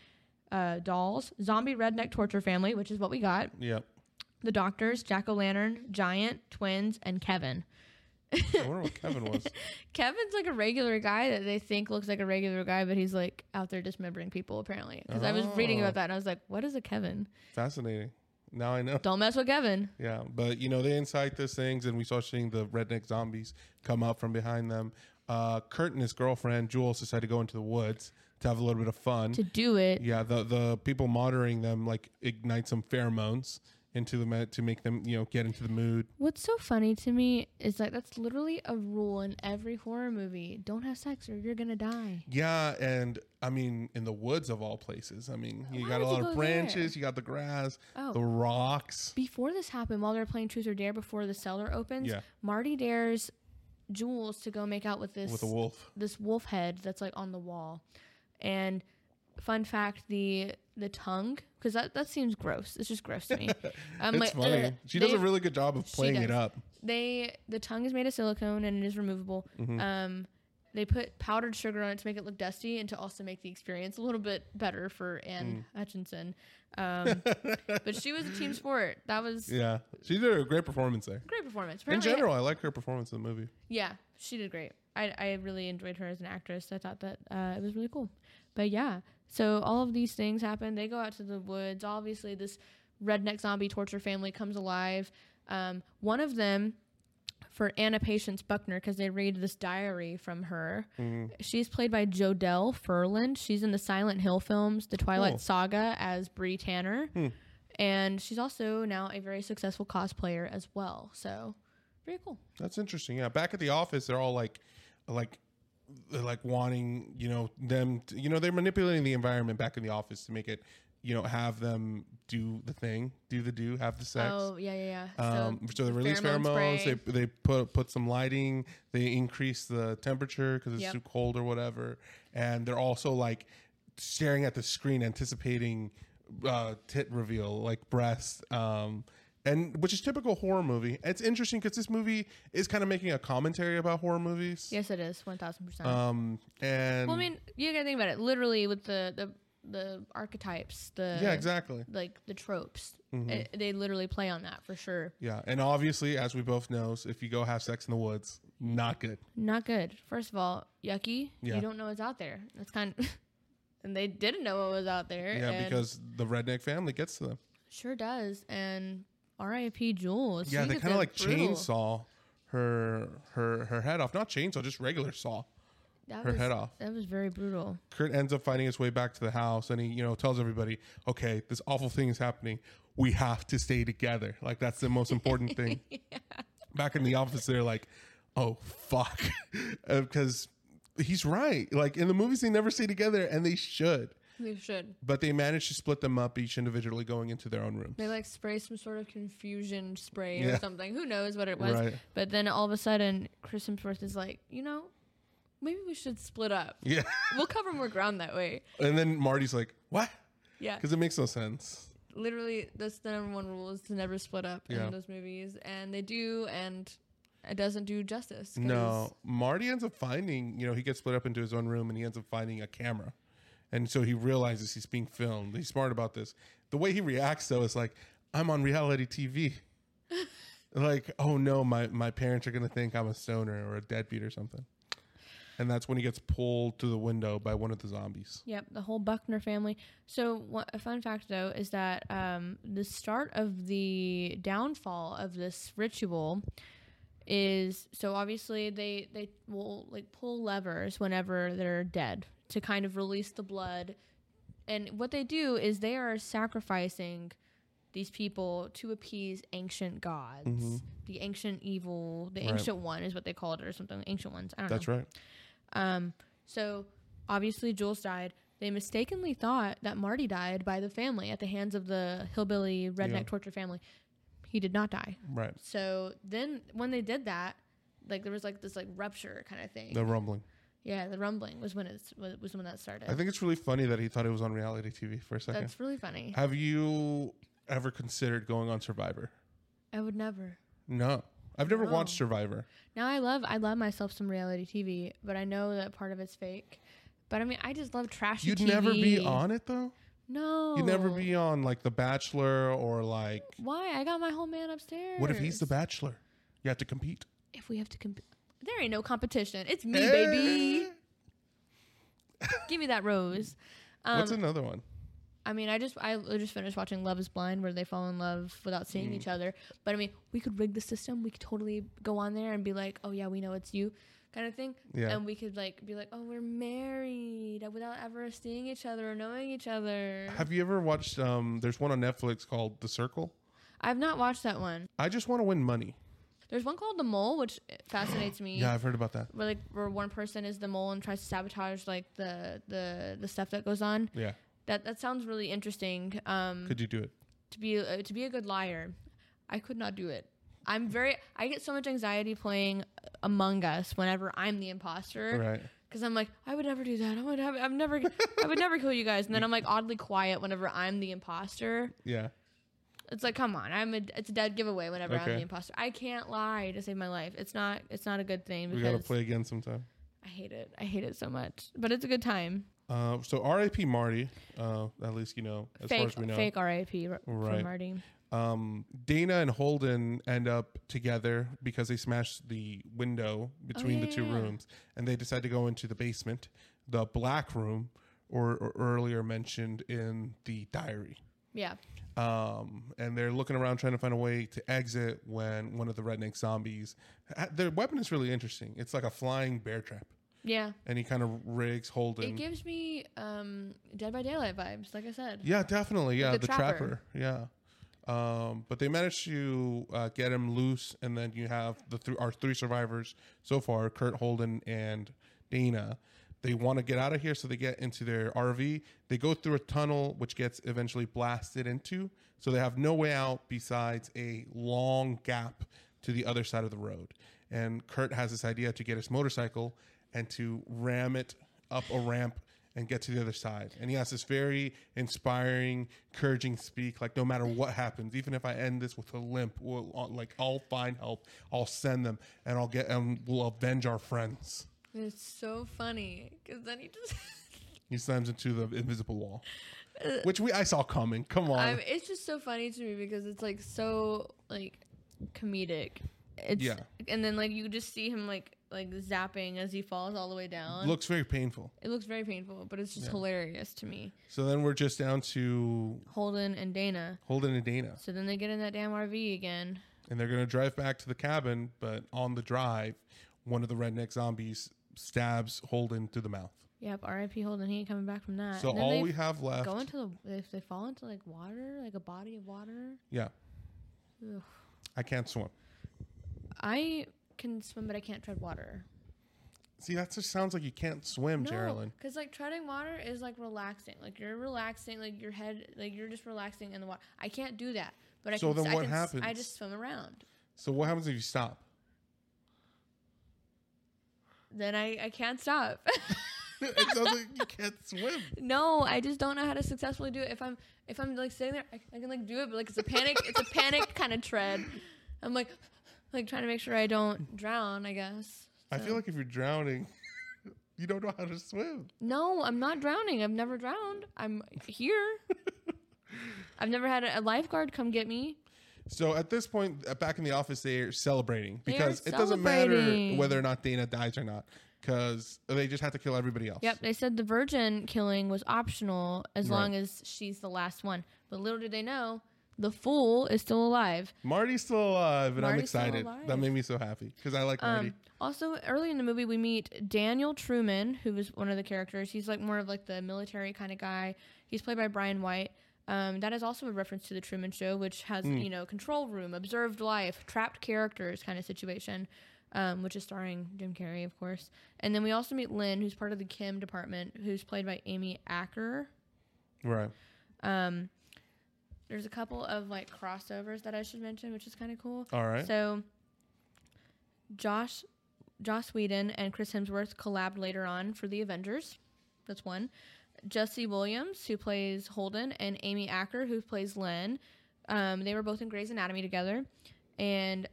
Speaker 2: uh, dolls zombie redneck torture family which is what we got
Speaker 1: Yep.
Speaker 2: the doctors jack-o'-lantern giant twins and kevin
Speaker 1: I wonder what Kevin was.
Speaker 2: (laughs) Kevin's like a regular guy that they think looks like a regular guy, but he's like out there dismembering people apparently. Because I was reading
Speaker 1: Oh.
Speaker 2: about that and I was like, what is a Kevin?
Speaker 1: Fascinating. Now I know.
Speaker 2: Don't mess with Kevin.
Speaker 1: Yeah, but you know they incite those things, and we saw seeing the redneck zombies come up from behind them. uh, Kurt and his girlfriend Jules decide to go into the woods to have a little bit of fun.
Speaker 2: to do it.
Speaker 1: yeah, the the people monitoring them like ignite some pheromones into the ma- to make them you know get into the mood.
Speaker 2: What's so funny to me is like that's literally a rule in every horror movie. Don't have sex or you're gonna die.
Speaker 1: Yeah, and I mean in the woods of all places. I mean you
Speaker 2: Why
Speaker 1: got a
Speaker 2: would you
Speaker 1: lot of
Speaker 2: go
Speaker 1: branches, you got the grass,
Speaker 2: Oh.
Speaker 1: the rocks.
Speaker 2: Before this happened, while they're playing Truth or Dare, before the cellar opens,
Speaker 1: Yeah.
Speaker 2: Marty dares Jules to go make out with this
Speaker 1: With a wolf,
Speaker 2: this wolf head that's like on the wall. And fun fact, the the tongue because that that seems gross. It's just
Speaker 1: (laughs)
Speaker 2: gross to me. I'm
Speaker 1: it's
Speaker 2: like,
Speaker 1: funny.
Speaker 2: "Ugh."
Speaker 1: she does a
Speaker 2: They-
Speaker 1: really good job of
Speaker 2: She
Speaker 1: playing it
Speaker 2: does.
Speaker 1: up.
Speaker 2: they the tongue is made of silicone and it is removable.
Speaker 1: Mm-hmm.
Speaker 2: Um, they put powdered sugar on it to make it look dusty and to also make the experience a little bit better for Anne
Speaker 1: Mm.
Speaker 2: Hutchinson. Um, but she was a team sport. That was
Speaker 1: Yeah, she did a great performance there.
Speaker 2: great performance.
Speaker 1: In
Speaker 2: Apparently-
Speaker 1: general, I like her performance in the movie.
Speaker 2: yeah, she did great. I I really enjoyed her as an actress. I thought that uh, it was really cool. But yeah, so all of these things happen. They go out to the woods. Obviously, this redneck zombie torture family comes alive. Um, one of them, for Anna Patience Buckner, because they read this diary from her. She's played by Jodelle Ferland. She's in the Silent Hill films, The Twilight
Speaker 1: Cool.
Speaker 2: Saga as Bree Tanner, and she's also now a very successful cosplayer as well. So, very cool.
Speaker 1: That's interesting. Yeah, back at the office, they're all like, like, they're like wanting you know them. To, you know, they're manipulating the environment back in the office to make it, you know, have them do the thing, do the do, have the sex.
Speaker 2: Oh yeah, yeah, yeah.
Speaker 1: Um, so, they release
Speaker 2: pheromone
Speaker 1: pheromones.
Speaker 2: spray.
Speaker 1: They they put put some lighting. They increase the temperature because it's
Speaker 2: Yep.
Speaker 1: too cold or whatever. And they're also like staring at the screen, anticipating uh, tit reveal, like breast. Um, and which is typical horror movie. It's interesting because this movie is kind of making a commentary about horror movies.
Speaker 2: yes, it is one thousand percent.
Speaker 1: Um, and
Speaker 2: Well, I mean, you gotta think about it. Literally, with the the the archetypes, the
Speaker 1: yeah, Mm-hmm. exactly.
Speaker 2: like the tropes, it- they literally play on that for sure.
Speaker 1: Yeah, and obviously, as we both knows, if you go have sex in the woods, not good.
Speaker 2: Not good. First of all, yucky.
Speaker 1: Yeah.
Speaker 2: You don't know what's out there. That's kind of, (laughs) and they didn't know what was out there.
Speaker 1: Yeah,
Speaker 2: and
Speaker 1: because the redneck family gets to them.
Speaker 2: sure does. And R.I.P. Jules.
Speaker 1: Yeah,
Speaker 2: She
Speaker 1: they
Speaker 2: gets
Speaker 1: kind of
Speaker 2: a
Speaker 1: like
Speaker 2: brutal-
Speaker 1: chainsaw her her her head off. Not chainsaw, just regular saw
Speaker 2: that
Speaker 1: her
Speaker 2: was-
Speaker 1: head off.
Speaker 2: That was very brutal.
Speaker 1: Kurt ends up finding his way back to the house, and he you know tells everybody, "Okay, this awful thing is happening. We have to stay together. Like that's the most important
Speaker 2: (laughs)
Speaker 1: thing." Back in the office, they're like, "Oh fuck," (laughs) because he's right. Like in the movies, they never stay together, and they should.
Speaker 2: They should.
Speaker 1: But they manage to split them up, each individually going into their own rooms.
Speaker 2: They like spray some sort of confusion spray
Speaker 1: Yeah.
Speaker 2: or something. Who knows what it was?
Speaker 1: Right.
Speaker 2: But then all of a sudden, Chris Hemsworth is like, you know, maybe we should split up.
Speaker 1: yeah, (laughs)
Speaker 2: We'll cover more ground that way.
Speaker 1: and then Marty's like, "What?"
Speaker 2: Yeah.
Speaker 1: Because it makes no sense.
Speaker 2: Literally, that's the number one rule is to never split up
Speaker 1: Yeah.
Speaker 2: in those movies. And they do, and it doesn't do justice. 'cause-
Speaker 1: No, Marty ends up finding, you know, he gets split up into his own room and he ends up finding a camera. And so he realizes he's being filmed. He's smart about this. The way he reacts though is like, I'm on reality TV. (laughs) like, oh no, my, my parents are gonna think I'm a stoner or a deadbeat or something. And that's when he gets pulled to the window by one of the zombies.
Speaker 2: Yep, the whole Buckner family. So, wha- a fun fact though is that um, the start of the downfall of this ritual is so obviously they they will like pull levers whenever they're dead to kind of release the blood, and what they do is they are sacrificing these people to appease ancient gods, the ancient evil, the
Speaker 1: Mm-hmm. Right.
Speaker 2: ancient one is what they called it or something, ancient ones. I don't know.
Speaker 1: That's right.
Speaker 2: Um, so obviously Jules died. They mistakenly thought that Marty died by the family at the hands of the hillbilly redneck
Speaker 1: Yeah.
Speaker 2: torture family. He did not die.
Speaker 1: Right.
Speaker 2: So then when they did that, like there was like this like rupture kind of thing.
Speaker 1: The rumbling.
Speaker 2: yeah, the rumbling was when it's wa- was when that started.
Speaker 1: I think it's really funny that he thought it was on reality TV for a second.
Speaker 2: That's really funny.
Speaker 1: Have you ever considered going on Survivor?
Speaker 2: I would never.
Speaker 1: No. I've never
Speaker 2: No.
Speaker 1: watched Survivor.
Speaker 2: Now I love I love myself some reality TV, but I know that part of it's fake. But I mean, I just love trashy
Speaker 1: You'd never be
Speaker 2: TV.
Speaker 1: on it though.
Speaker 2: No.
Speaker 1: You'd never be
Speaker 2: Oh.
Speaker 1: on like The Bachelor or like
Speaker 2: Why? I got my whole man upstairs.
Speaker 1: what if he's the Bachelor? You have to compete.
Speaker 2: if we have to compete. There ain't no competition. It's me, baby.
Speaker 1: Eh.
Speaker 2: Give me that rose.
Speaker 1: What's
Speaker 2: Um,
Speaker 1: another one?
Speaker 2: I mean, I just I li- just finished watching Love Is Blind, where they fall in love without seeing
Speaker 1: Mm.
Speaker 2: each other. But I mean, we could rig the system. We could totally go on there and be like, "Oh yeah, we know it's you." kind of thing.
Speaker 1: Yeah.
Speaker 2: And we could like be like, oh, we're married uh, without ever seeing each other or knowing each other.
Speaker 1: Have you ever watched? Um, there's one on Netflix called The Circle.
Speaker 2: I've not watched that one.
Speaker 1: I just want to win money.
Speaker 2: There's one called The Mole, which fascinates me.
Speaker 1: Yeah, I've heard about that.
Speaker 2: Where like where one person is the mole and tries to sabotage like the the the stuff that goes on.
Speaker 1: Yeah,
Speaker 2: That that sounds really interesting. Um,
Speaker 1: could you do it?
Speaker 2: to be uh, to be a good liar. I could not do it. I'm very. I get so much anxiety playing Among Us whenever I'm the imposter
Speaker 1: Right.
Speaker 2: because I'm like, I would never do that. I would have. I'm never. I would never kill you guys. And then I'm like oddly quiet whenever I'm the imposter.
Speaker 1: Yeah.
Speaker 2: It's like, come on. I'm a. It's a dead giveaway whenever I'm
Speaker 1: Okay.
Speaker 2: the imposter. I can't lie to save my life. It's not. It's not a good thing
Speaker 1: We gotta
Speaker 2: because
Speaker 1: play again sometime.
Speaker 2: I hate it. I hate it so much. But it's a good time.
Speaker 1: Uh, so R.I.P. Marty. Uh, at least you know, as far
Speaker 2: fake.
Speaker 1: as we know.
Speaker 2: Fake RIP r-
Speaker 1: Right.
Speaker 2: from Marty.
Speaker 1: Um, Dana and Holden end up together because they smash the window between the two
Speaker 2: Oh, yeah.
Speaker 1: rooms, and they decide to go into the basement, the black room, or, or earlier mentioned in the diary.
Speaker 2: Yeah.
Speaker 1: Um, and they're looking around trying to find a way to exit when one of the redneck zombies, uh, their weapon is really interesting. It's like a flying bear trap,
Speaker 2: Yeah.
Speaker 1: and he kind of rigs Holden.
Speaker 2: It gives me um, Dead by Daylight vibes, like I said.
Speaker 1: Yeah, definitely. Yeah,
Speaker 2: the
Speaker 1: the, trapper.
Speaker 2: trapper.
Speaker 1: Yeah. Um, but they managed to uh, get him loose, and then you have the th- our three survivors so far: Kurt, Holden, and Dana. They want to get out of here, so they get into their RV. They go through a tunnel, which gets eventually blasted into. So they have no way out besides a long gap to the other side of the road. And Kurt has this idea to get his motorcycle and to ram it up a ramp and get to the other side. And he has this very inspiring, encouraging speak. Like, no matter what happens, even if I end this with a limp, we'll, I'll- like I'll find help. I'll send them, and I'll get, and we'll avenge our friends.
Speaker 2: And It's so funny because then he just. (laughs)
Speaker 1: He slams into the invisible wall, which we I saw coming. Come on,
Speaker 2: Uh, I'm, it's just so funny to me because it's like so like comedic. It's,
Speaker 1: Yeah.
Speaker 2: And then like you just see him like like zapping as he falls all the way down.
Speaker 1: looks very painful.
Speaker 2: It looks very painful, but it's just hilarious to me.
Speaker 1: So then we're just down to
Speaker 2: Holden and Dana.
Speaker 1: Holden and Dana.
Speaker 2: So then they get in that damn RV again.
Speaker 1: and they're going to drive back to the cabin. But on the drive, one of the redneck zombies stabs Holden through the mouth.
Speaker 2: Yep, R.I.P. Holden. He ain't coming back from that.
Speaker 1: So
Speaker 2: Uh, And then
Speaker 1: all
Speaker 2: they
Speaker 1: we have left,
Speaker 2: go into the they, they fall into like water, like a body of water.
Speaker 1: yeah,
Speaker 2: Ugh.
Speaker 1: I can't swim.
Speaker 2: I can swim, but I can't tread water.
Speaker 1: See, that just sounds like you can't swim, Mm, Geraldine.
Speaker 2: because like treading water is like relaxing. Like you're relaxing, like your head, like you're just relaxing in the water. I can't do that, but I
Speaker 1: So
Speaker 2: can.
Speaker 1: then
Speaker 2: I
Speaker 1: what
Speaker 2: can s- I
Speaker 1: happens?
Speaker 2: just swim around.
Speaker 1: So what happens if you stop? (laughs)
Speaker 2: Then I I can't stop. (laughs)
Speaker 1: it sounds like you can't swim.
Speaker 2: no, I just don't know how to successfully do it. If I'm if I'm like sitting there, I, I can like do it, but like it's a panic, it's a panic kind of tread. I'm like like trying to make sure I don't drown. I guess.
Speaker 1: I
Speaker 2: So-
Speaker 1: feel like if you're drowning, (laughs) you don't know how to swim.
Speaker 2: No, I'm not drowning. I've never drowned. I'm here. I've never had a a lifeguard come get me.
Speaker 1: So at this point, uh, back in the office, they are celebrating
Speaker 2: They are
Speaker 1: because it doesn't matter
Speaker 2: celebrating.
Speaker 1: whether or not Dana dies or not, because they just have to kill everybody else.
Speaker 2: Yep, they said the virgin killing was optional as
Speaker 1: Right.
Speaker 2: long as she's the last one. But little did they know, the fool is still alive.
Speaker 1: Marty's still alive, and I'm
Speaker 2: Marty's still
Speaker 1: excited.
Speaker 2: alive.
Speaker 1: That made me so happy because I like Marty.
Speaker 2: Um, also, early in the movie, we meet Daniel Truman, who was one of the characters. He's like more of like the military kind of guy. He's played by Brian White. Um, that is also a reference to the Truman Show, which has you know control room, observed life, trapped characters kind of situation, um, which is starring Jim Carrey, of course. And then we also meet Lynn, who's part of the Kim department, who's played by Amy Acker.
Speaker 1: right.
Speaker 2: Um, there's a couple of like crossovers that I should mention, which is kind of cool.
Speaker 1: All right.
Speaker 2: So Josh Josh Whedon and Chris Hemsworth collabed later on for the Avengers. That's one. Jesse Williams, who plays Holden, and Amy Acker, who plays Lynn. Um, they were both in Grey's Anatomy together. And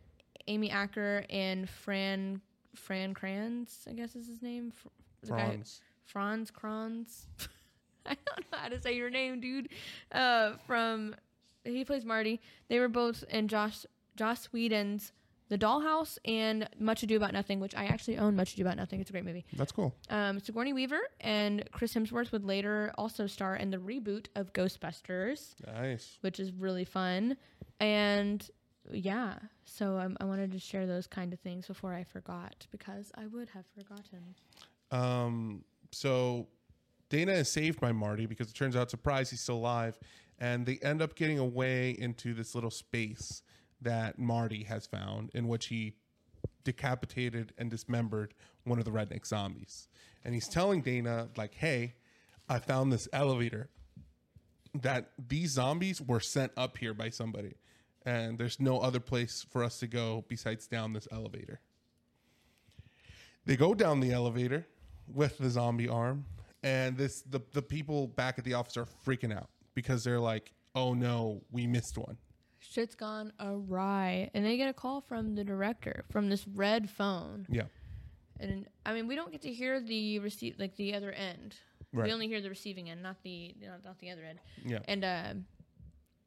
Speaker 2: Amy Acker and Fran Fran Kranz, I guess is his name. Fr- the guy-
Speaker 1: Franz.
Speaker 2: Franz Kranz. (laughs) I don't know how to say your name, dude. Uh, from he plays Marty. They were both in Josh Josh Whedon's The Dollhouse and Much Ado About Nothing, which I actually own. Much Ado About Nothing. It's a great movie.
Speaker 1: That's cool.
Speaker 2: Um, Sigourney Weaver and Chris Hemsworth would later also star in the reboot of Ghostbusters,
Speaker 1: Nice.
Speaker 2: which is really fun. And yeah. So um, I wanted to share those kind of things before I forgot because I would have forgotten.
Speaker 1: Um, so Dana is saved by Marty because it turns out, surprise, he's still alive. And they end up getting away into this little space that Marty has found in which he decapitated and dismembered one of the redneck zombies. And he's telling Dana, like, hey, I found this elevator that these zombies were sent up here by somebody. And there's no other place for us to go besides down this elevator. They go down the elevator with the zombie arm, and this the, the people back at the office are freaking out because they're like, oh no, we missed one.
Speaker 2: Shit's gone awry, and they get a call from the director from this red phone.
Speaker 1: Yeah.
Speaker 2: And I mean, we don't get to hear the receipt like the other end.
Speaker 1: Right.
Speaker 2: We only hear the receiving end, not the not, not the other end.
Speaker 1: Yeah.
Speaker 2: And uh,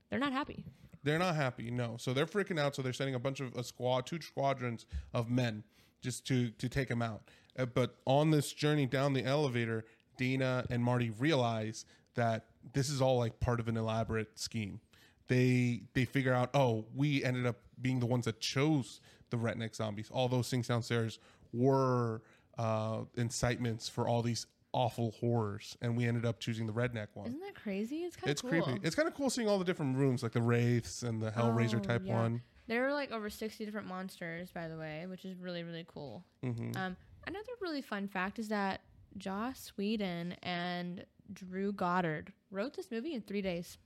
Speaker 2: they're not happy.
Speaker 1: They're not happy, no. So they're freaking out. So they're sending a bunch of a squad, two squadrons of men, just to to take him out. Uh, but on this journey down the elevator, Dina and Marty realize that this is all like part of an elaborate scheme. They they figure out, oh, we ended up being the ones that chose the redneck zombies. All those things downstairs were uh, incitements for all these awful horrors, and we ended up choosing the redneck one.
Speaker 2: Isn't that crazy? It's kind of
Speaker 1: It's
Speaker 2: cool.
Speaker 1: creepy. It's kind of cool seeing all the different rooms, like the wraiths and the Hellraiser
Speaker 2: Oh,
Speaker 1: type
Speaker 2: yeah.
Speaker 1: one.
Speaker 2: There are like over 60 different monsters, by the way, which is really, really cool.
Speaker 1: Mm-hmm.
Speaker 2: Um, another really fun fact is that Joss Whedon and Drew Goddard wrote this movie in three days.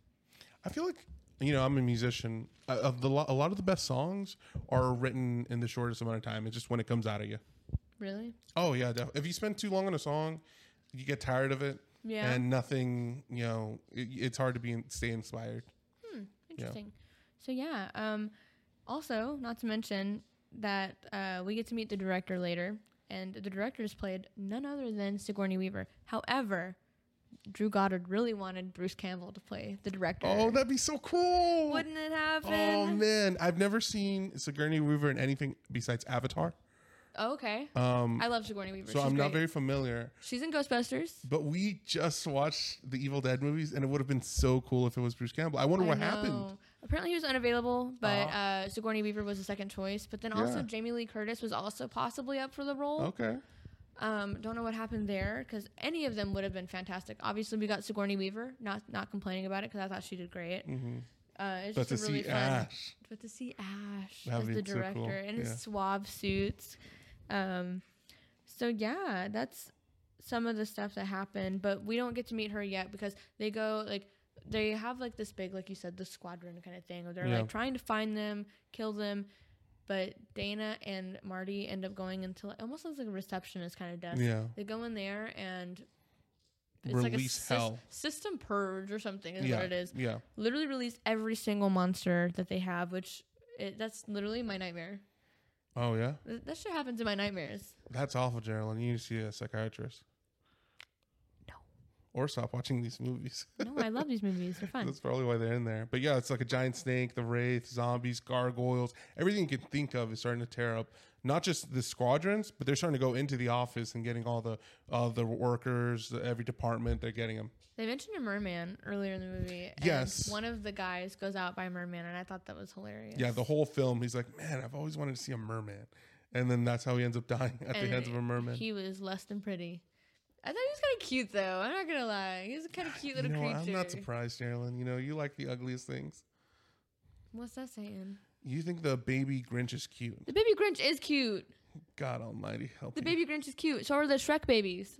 Speaker 1: I feel like you know I'm a musician. Uh, Of the lo- a lot of the best songs are written in the shortest amount of time. It's just when it comes out of you.
Speaker 2: Really?
Speaker 1: Oh yeah, def- if you spend too long on a song, you get tired of it,
Speaker 2: Yeah.
Speaker 1: and nothing. You know, it, it's hard to be in- stay inspired.
Speaker 2: Interesting. So yeah. Um, also, not to mention that uh, we get to meet the director later, and the director is played none other than Sigourney Weaver. However, Drew Goddard really wanted Bruce Campbell to play the director.
Speaker 1: Oh, that'd be so cool.
Speaker 4: Wouldn't it happen?
Speaker 1: Oh man, I've never seen Sigourney Weaver in anything besides Avatar.
Speaker 2: Oh, okay.
Speaker 1: Um,
Speaker 2: I love Sigourney Weaver.
Speaker 1: so
Speaker 2: She's
Speaker 1: I'm not
Speaker 2: great.
Speaker 1: very familiar.
Speaker 2: She's in Ghostbusters.
Speaker 1: But we just watched the Evil Dead movies, and it would have been so cool if it was Bruce Campbell. I wonder
Speaker 2: I
Speaker 1: what happened.
Speaker 2: know. Apparently, he was unavailable, but
Speaker 1: Ah.
Speaker 2: uh, Sigourney Weaver was the second choice. But then also
Speaker 1: Yeah.
Speaker 2: Jamie Lee Curtis was also possibly up for the role.
Speaker 1: Okay.
Speaker 2: Um, don't know what happened there because any of them would have been fantastic. Obviously, we got Sigourney Weaver. Not not complaining about it because I thought she did great. Uh, it's
Speaker 1: But to
Speaker 2: just a really
Speaker 1: see ah,
Speaker 2: fun.
Speaker 1: Ash,
Speaker 2: But to see Ash
Speaker 1: That'd
Speaker 2: as
Speaker 1: be
Speaker 2: the
Speaker 1: so cool.
Speaker 2: director in
Speaker 1: Yeah.
Speaker 2: his suave suits. Um, so yeah, that's some of the stuff that happened, but we don't get to meet her yet because they go like they have like this big, like you said, the squadron kind of thing. Where they're
Speaker 1: Yeah.
Speaker 2: like trying to find them, kill them, but Dana and Marty end up going into like, almost sounds like a receptionist kind of desk.
Speaker 1: yeah,
Speaker 2: They go in there and it's like a
Speaker 1: release
Speaker 2: sys-
Speaker 1: hell.
Speaker 2: system purge or something is
Speaker 1: yeah,
Speaker 2: what it is
Speaker 1: yeah.
Speaker 2: literally release every single monster that they have, which it, that's literally my nightmare.
Speaker 1: Oh yeah,
Speaker 2: Th- That shit happens in my nightmares.
Speaker 1: that's awful, Geraldine. You need to see a psychiatrist.
Speaker 2: No.
Speaker 1: Or stop watching these
Speaker 2: (laughs)
Speaker 1: movies.
Speaker 2: No, I love these movies. They're fun.
Speaker 1: That's probably why they're in there. But yeah, it's like a giant snake, the wraith, zombies, gargoyles, everything you can think of is starting to tear up. Not just the squadrons, but they're starting to go into the office and getting all the all the workers, every department. They're getting them.
Speaker 2: They mentioned a merman earlier in the movie. and
Speaker 1: Yes.
Speaker 2: One of the guys goes out by merman, and I thought that was hilarious.
Speaker 1: Yeah, the whole film, he's like, man, I've always wanted to see a merman. And then that's how he ends up (laughs) dying at the
Speaker 2: And
Speaker 1: hands of a merman.
Speaker 2: He was less than pretty. I thought he was kind of cute though. I'm not gonna lie, he was a kind of cute
Speaker 1: you
Speaker 2: little
Speaker 1: know,
Speaker 2: creature.
Speaker 1: I'm not surprised, Sherilyn. You know, you like the ugliest things.
Speaker 2: What's that saying?
Speaker 1: You think the baby Grinch is cute.
Speaker 2: The baby Grinch is cute.
Speaker 1: God almighty, help
Speaker 2: The
Speaker 1: me.
Speaker 2: baby Grinch is cute. So are the Shrek babies.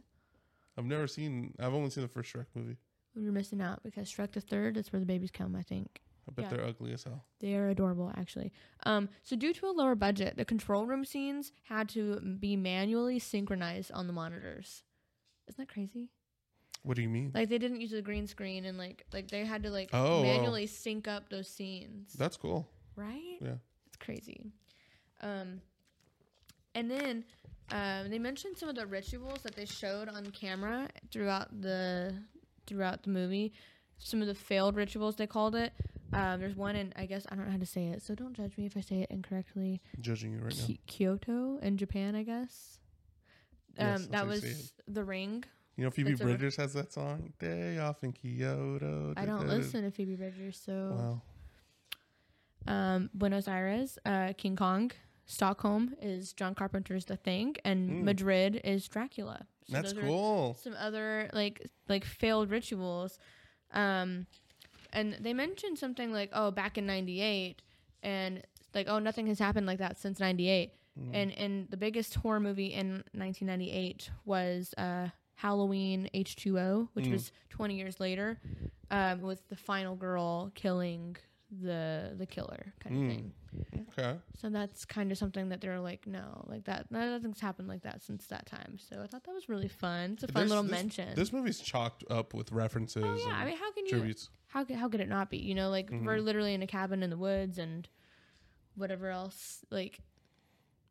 Speaker 1: I've never seen, I've only seen the first Shrek movie.
Speaker 2: We're missing out because Shrek the Third is where the babies come. I think.
Speaker 1: I bet
Speaker 2: Yeah.
Speaker 1: they're ugly as hell.
Speaker 2: They are adorable, actually. Um, so due to a lower budget, the control room scenes had to be manually synchronized on the monitors. Isn't that crazy?
Speaker 1: What do you mean?
Speaker 2: Like they didn't use the green screen and like like they had to like
Speaker 1: Oh, wow.
Speaker 2: manually sync up those scenes,
Speaker 1: That's cool.
Speaker 2: right?
Speaker 1: Yeah.
Speaker 2: it's crazy. Um, and then um, they mentioned some of the rituals that they showed on camera throughout the throughout the movie. Some of the failed rituals they called it. Um, there's one in I guess I don't know how to say it, so don't judge me if I say it incorrectly.
Speaker 1: judging you right now.
Speaker 2: Ki- Kyoto in Japan, I guess. Um,
Speaker 1: Yes, that's how
Speaker 2: that
Speaker 1: you
Speaker 2: was
Speaker 1: say
Speaker 2: the ring.
Speaker 1: You know, Phoebe
Speaker 2: That's a re-
Speaker 1: Bridgers has that song, Day Off in Kyoto.
Speaker 2: I don't
Speaker 1: da-da-da-da."
Speaker 2: listen to Phoebe Bridgers, so
Speaker 1: Wow.
Speaker 2: um, Buenos Aires, uh, King Kong. Stockholm is John Carpenter's The Thing, and
Speaker 1: Mm.
Speaker 2: Madrid is Dracula. So
Speaker 1: That's
Speaker 2: those are
Speaker 1: cool.
Speaker 2: Some other like like failed rituals, um, and they mentioned something like oh back in '98, and like oh nothing has happened like that since '98,
Speaker 1: Mm.
Speaker 2: and and the biggest horror movie in 1998 was uh, Halloween H2O, which
Speaker 1: Mm.
Speaker 2: was 20 years later, um, with the final girl killing the the killer kind
Speaker 1: Mm.
Speaker 2: of thing.
Speaker 1: Okay.
Speaker 2: So that's kind of something that they're like, no, like that, no, nothing's happened like that since that time. So I thought that was really fun. It's a fun
Speaker 1: There's-
Speaker 2: little
Speaker 1: this-
Speaker 2: mention.
Speaker 1: This um, movie's chalked up with references
Speaker 2: oh yeah, I
Speaker 1: and
Speaker 2: mean, how can you,
Speaker 1: tributes.
Speaker 2: how could, how could it not be? You know, like
Speaker 1: Mm-hmm.
Speaker 2: we're literally in a cabin in the woods and whatever else. Like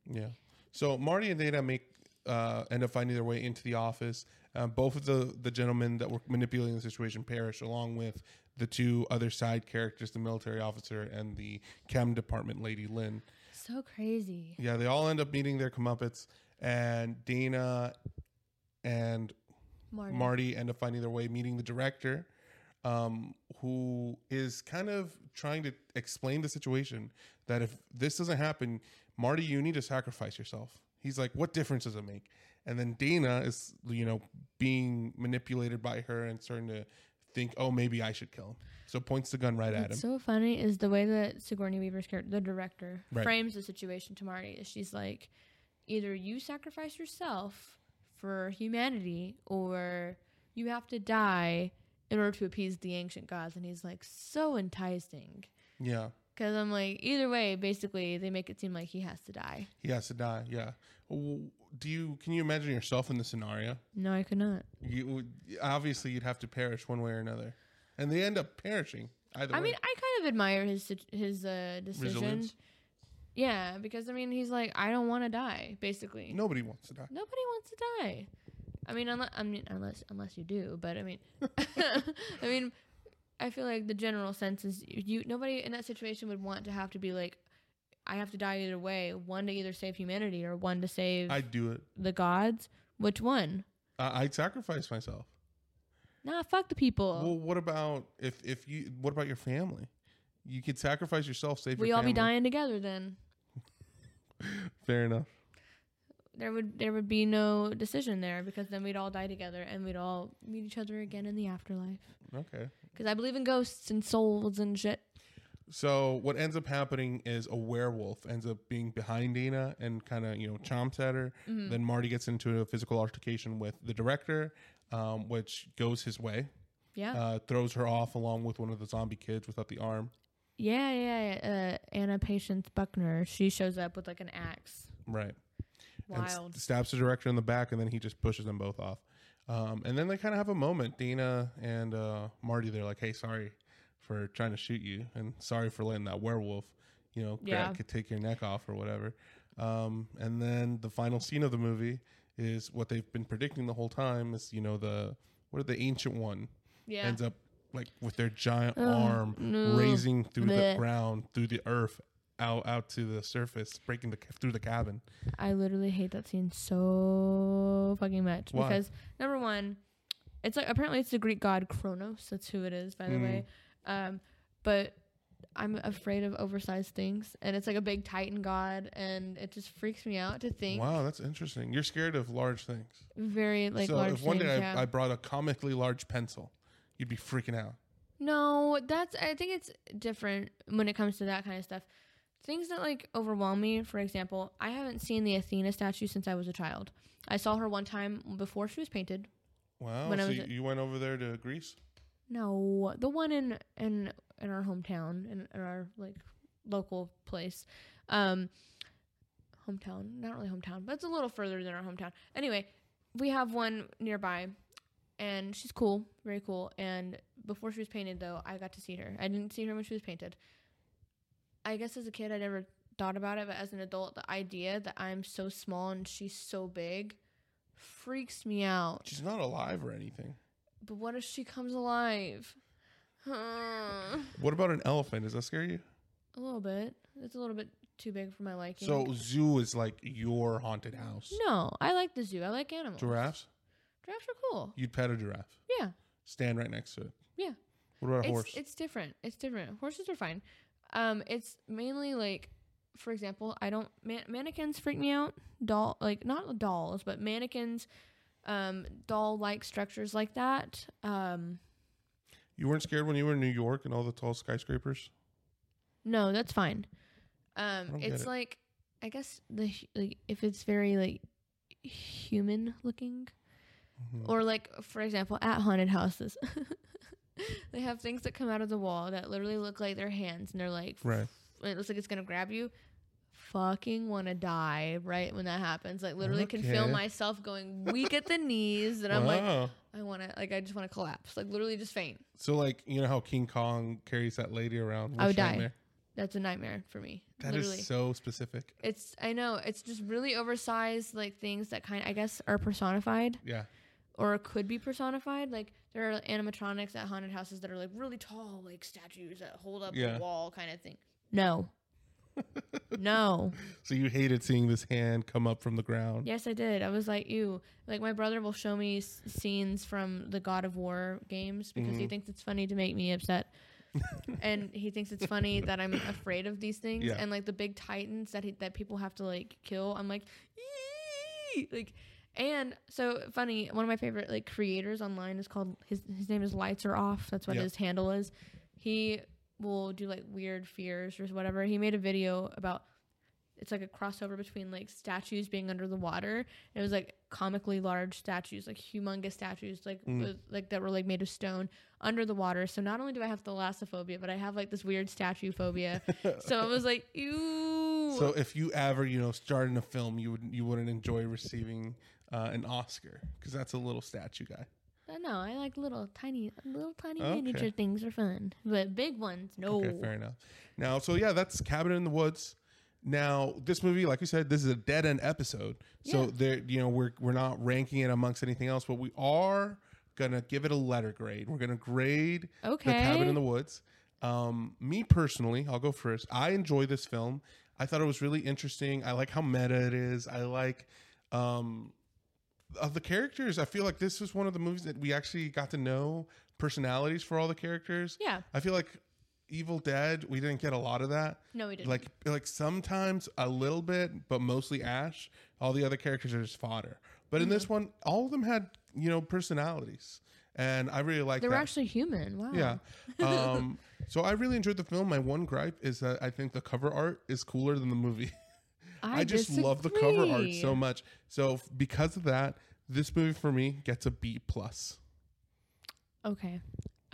Speaker 1: Yeah. So Marty and Dana make uh, end up finding their way into the office. Uh, both of the the gentlemen that were manipulating the situation perish, along with the two other side characters, the military officer and the chem department lady, Lynn.
Speaker 2: so crazy.
Speaker 1: Yeah, they all end up meeting their comeuppets, and Dana and
Speaker 2: Marty.
Speaker 1: Marty end up finding their way meeting the director, um, who is kind of trying to explain the situation that if this doesn't happen, Marty, you need to sacrifice yourself. He's like, what difference does it make? And then Dana is, you know, being manipulated by her and starting to think, oh, maybe I should kill him. So points the gun right at him.
Speaker 2: What's so funny is the way that Sigourney Weaver's character, the director,
Speaker 1: Right.
Speaker 2: frames the situation to Marty. Is she's like, either you sacrifice yourself for humanity, or you have to die in order to appease the ancient gods. And he's like, so enticing.
Speaker 1: yeah,
Speaker 2: Because I'm like, either way, basically, they make it seem like he has to die.
Speaker 1: he has to die. Yeah. W- Do you can you imagine yourself in the scenario?
Speaker 2: No, I could not.
Speaker 1: You would- obviously you'd have to perish one way or another, and they end up perishing. Either
Speaker 2: I
Speaker 1: way.
Speaker 2: mean, I kind of admire his sit- his uh, decision.
Speaker 1: Resilience?
Speaker 2: Yeah, because I mean, he's like, I don't want to die, basically.
Speaker 1: Nobody wants to die.
Speaker 2: Nobody wants to die. I mean, unless I mean, unless unless you do, but
Speaker 1: (laughs)
Speaker 2: I mean, (laughs) I mean, I feel like the general sense is you. Nobody in that situation would want to have to be like, I have to die either way. One to either save humanity or one to save
Speaker 1: I'd do it.
Speaker 2: the gods. Which one?
Speaker 1: I, I'd sacrifice myself.
Speaker 2: Nah, fuck the people.
Speaker 1: Well, what about if if you? What about your family? You could sacrifice yourself, save.
Speaker 2: we
Speaker 1: your
Speaker 2: all be
Speaker 1: family.
Speaker 2: dying together then.
Speaker 1: Fair enough.
Speaker 2: There would there would be no decision there because then we'd all die together and we'd all meet each other again in the afterlife.
Speaker 1: Okay.
Speaker 2: Because I believe in ghosts and souls and shit.
Speaker 1: So what ends up happening is a werewolf ends up being behind Dana and kind of you know chomps at her.
Speaker 2: Mm-hmm.
Speaker 1: Then Marty gets into a physical altercation with the director, um, which goes his way.
Speaker 2: Yeah.
Speaker 1: Uh, throws her off along with one of the zombie kids without the arm.
Speaker 2: Yeah, yeah. yeah, Uh, Anna Patience Buckner. She shows up with like an axe.
Speaker 1: Right. and s-
Speaker 2: Wild.
Speaker 1: stabs the director in the back, and then he just pushes them both off. Um, and then they kind of have a moment. Dina and uh, Marty, they're like, "Hey, sorry for trying to shoot you, and sorry for letting that werewolf, you know, gra-
Speaker 2: Yeah.
Speaker 1: could take your neck off or whatever." Um, and then the final scene of the movie is what they've been predicting the whole time is you know the what are the ancient one
Speaker 2: yeah.
Speaker 1: ends up like with their giant
Speaker 2: Ugh,
Speaker 1: arm
Speaker 2: no.
Speaker 1: raising through the
Speaker 2: Blech.
Speaker 1: ground through the earth out out to the surface breaking the ca- through the cabin
Speaker 2: I literally hate that scene so fucking much
Speaker 1: Why?
Speaker 2: because number one, it's like apparently it's the Greek god Kronos. That's who it is, by the
Speaker 1: Mm.
Speaker 2: way. Um, but I'm afraid of oversized things, and it's like a big Titan god, and it just freaks me out to think
Speaker 1: Wow, that's interesting. You're scared of large things.
Speaker 2: very like
Speaker 1: so
Speaker 2: large
Speaker 1: if one
Speaker 2: things.
Speaker 1: day
Speaker 2: yeah.
Speaker 1: I, I brought a comically large pencil, you'd be freaking out.
Speaker 2: No, that's I think it's different when it comes to that kind of stuff. Things that like overwhelm me, for example, I haven't seen the Athena statue since I was a child. I saw her one time before she was painted.
Speaker 1: Wow.
Speaker 2: When I
Speaker 1: so
Speaker 2: was
Speaker 1: you,
Speaker 2: a-
Speaker 1: you went over there to Greece?
Speaker 2: No, the one in in in our hometown in, in our like local place. Um hometown, not really hometown, but it's a little further than our hometown. Anyway, we have one nearby and she's cool, very cool. And before she was painted though, I got to see her. I didn't see her when she was painted. I guess as a kid I never thought about it, but as an adult, the idea that I'm so small and she's so big freaks me out.
Speaker 1: She's not alive or anything.
Speaker 2: But what if she comes alive? Huh.
Speaker 1: What about an elephant? Does that scare you?
Speaker 2: a little bit. It's a little bit too big for my liking.
Speaker 1: So zoo is like your haunted house.
Speaker 2: no, I like the zoo. I like animals.
Speaker 1: Giraffes?
Speaker 2: Giraffes are cool.
Speaker 1: You'd pet a giraffe.
Speaker 2: Yeah,
Speaker 1: Stand right next to it.
Speaker 2: Yeah.
Speaker 1: What about a
Speaker 2: it's
Speaker 1: horse?
Speaker 2: it's different. It's different. Horses are fine. Um, it's mainly like, for example, I don't man- mannequins freak me out. Doll like not dolls, but mannequins, um, doll like structures like that. Um,
Speaker 1: You weren't scared when you were in New York and all the tall skyscrapers?
Speaker 2: no, that's fine.
Speaker 1: I
Speaker 2: Um,
Speaker 1: don't get
Speaker 2: it's
Speaker 1: it.
Speaker 2: like I guess the hu- like if it's very like human looking
Speaker 1: Mhm.
Speaker 2: Or like, for example, at haunted houses, (laughs) they have things that come out of the wall that literally look like their hands, and they're like,
Speaker 1: Right.
Speaker 2: it looks like it's gonna grab you. Fucking want to die right when that happens. Like literally, can feel
Speaker 1: Okay.
Speaker 2: myself going weak at the knees, and I'm
Speaker 1: (laughs)
Speaker 2: like,
Speaker 1: Wow.
Speaker 2: I want to, like, I just want to collapse, like literally just faint.
Speaker 1: so like you know how King Kong carries that lady around?
Speaker 2: I would
Speaker 1: Worst
Speaker 2: die.
Speaker 1: nightmare.
Speaker 2: That's a nightmare for me.
Speaker 1: That is
Speaker 2: literally.
Speaker 1: so specific.
Speaker 2: it's I know it's just really oversized like things that kind I guess are personified.
Speaker 1: Yeah.
Speaker 2: or could be personified. Like there are animatronics at haunted houses that are like really tall, like statues that hold up
Speaker 1: Yeah.
Speaker 2: a wall kind of thing. No. no.
Speaker 1: So you hated seeing this hand come up from the ground.
Speaker 2: Yes, I did. I was like, ew. Like my brother will show me s- scenes from the God of War games because he
Speaker 1: Mhm.
Speaker 2: thinks it's funny to make me upset.
Speaker 1: (laughs)
Speaker 2: and he thinks it's funny that I'm afraid of these things
Speaker 1: Yeah.
Speaker 2: and like the big titans that he, that people have to like kill. I'm like, "Eee!" like and so funny, one of my favorite like creators online is called his his name is Lights Are Off. That's what
Speaker 1: Yeah.
Speaker 2: his handle is. He will do like weird fears or whatever. He made a video about it's like a crossover between like statues being under the water. And it was like comically large statues, like humongous statues, like
Speaker 1: Mm.
Speaker 2: with, like that were like made of stone under the water. So not only do I have thalassophobia, but I have like this weird
Speaker 1: (laughs)
Speaker 2: statue phobia. so I was like, ew.
Speaker 1: So if you ever you know starred in a film, you would you wouldn't enjoy receiving uh, an Oscar because that's a little statue guy.
Speaker 2: Uh, no, I like little tiny, little tiny
Speaker 1: Okay.
Speaker 2: miniature things are fun, but big ones, no.
Speaker 1: Okay, fair enough. Now, so yeah, that's Cabin in the Woods. Now, this movie, like we said, this is a dead end episode. So
Speaker 2: Yeah.
Speaker 1: there, you know, we're we're not ranking it amongst anything else, but we are gonna give it a letter grade. We're gonna grade the Cabin
Speaker 2: Okay.
Speaker 1: in the Woods. Um, me personally, I'll go first. I enjoy this film. I thought it was really interesting. I like how meta it is. I like um of the characters. I feel like this was one of the movies that we actually got to know personalities for all the characters.
Speaker 2: Yeah,
Speaker 1: I feel like Evil Dead, we didn't get a lot of that.
Speaker 2: no, we didn't.
Speaker 1: Like like sometimes a little bit, but mostly Ash. All the other characters are just fodder. But in this
Speaker 2: Mm-hmm.
Speaker 1: one, all of them had, you know, personalities. And I really like
Speaker 2: they were
Speaker 1: that.
Speaker 2: actually human. Wow.
Speaker 1: yeah.
Speaker 2: (laughs)
Speaker 1: Um so I really enjoyed the film. My one gripe is that I think the cover art is cooler than the movie. (laughs) I, just love the cover art
Speaker 2: disagree.
Speaker 1: so much. So f- because of that, this movie for me gets a B plus.
Speaker 2: Okay.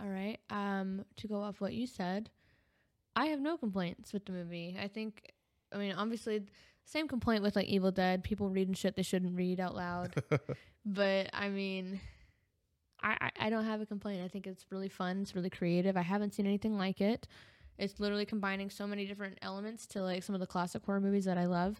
Speaker 2: All right. Um, to go off what you said, I have no complaints with the movie. I think, I mean, obviously, same complaint with like Evil Dead, people reading shit they shouldn't read out loud. but I mean, I, I I don't have a complaint. I think it's really fun. It's really creative. I haven't seen anything like it. It's literally combining so many different elements to like some of the classic horror movies that I love.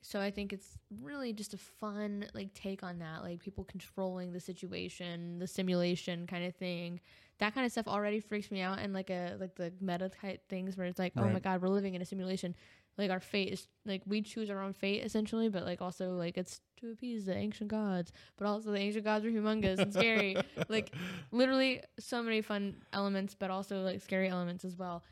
Speaker 2: So I think it's really just a fun like take on that, like people controlling the situation, the simulation kind of thing. That kind of stuff already freaks me out, and like a like the meta type things where it's like, oh my
Speaker 1: Right.
Speaker 2: god, we're living in a simulation. Like our fate is like we choose our own fate essentially, but like also like it's to appease the ancient gods, but also the ancient gods are humongous and scary. like literally so many fun elements, but also like scary elements as well.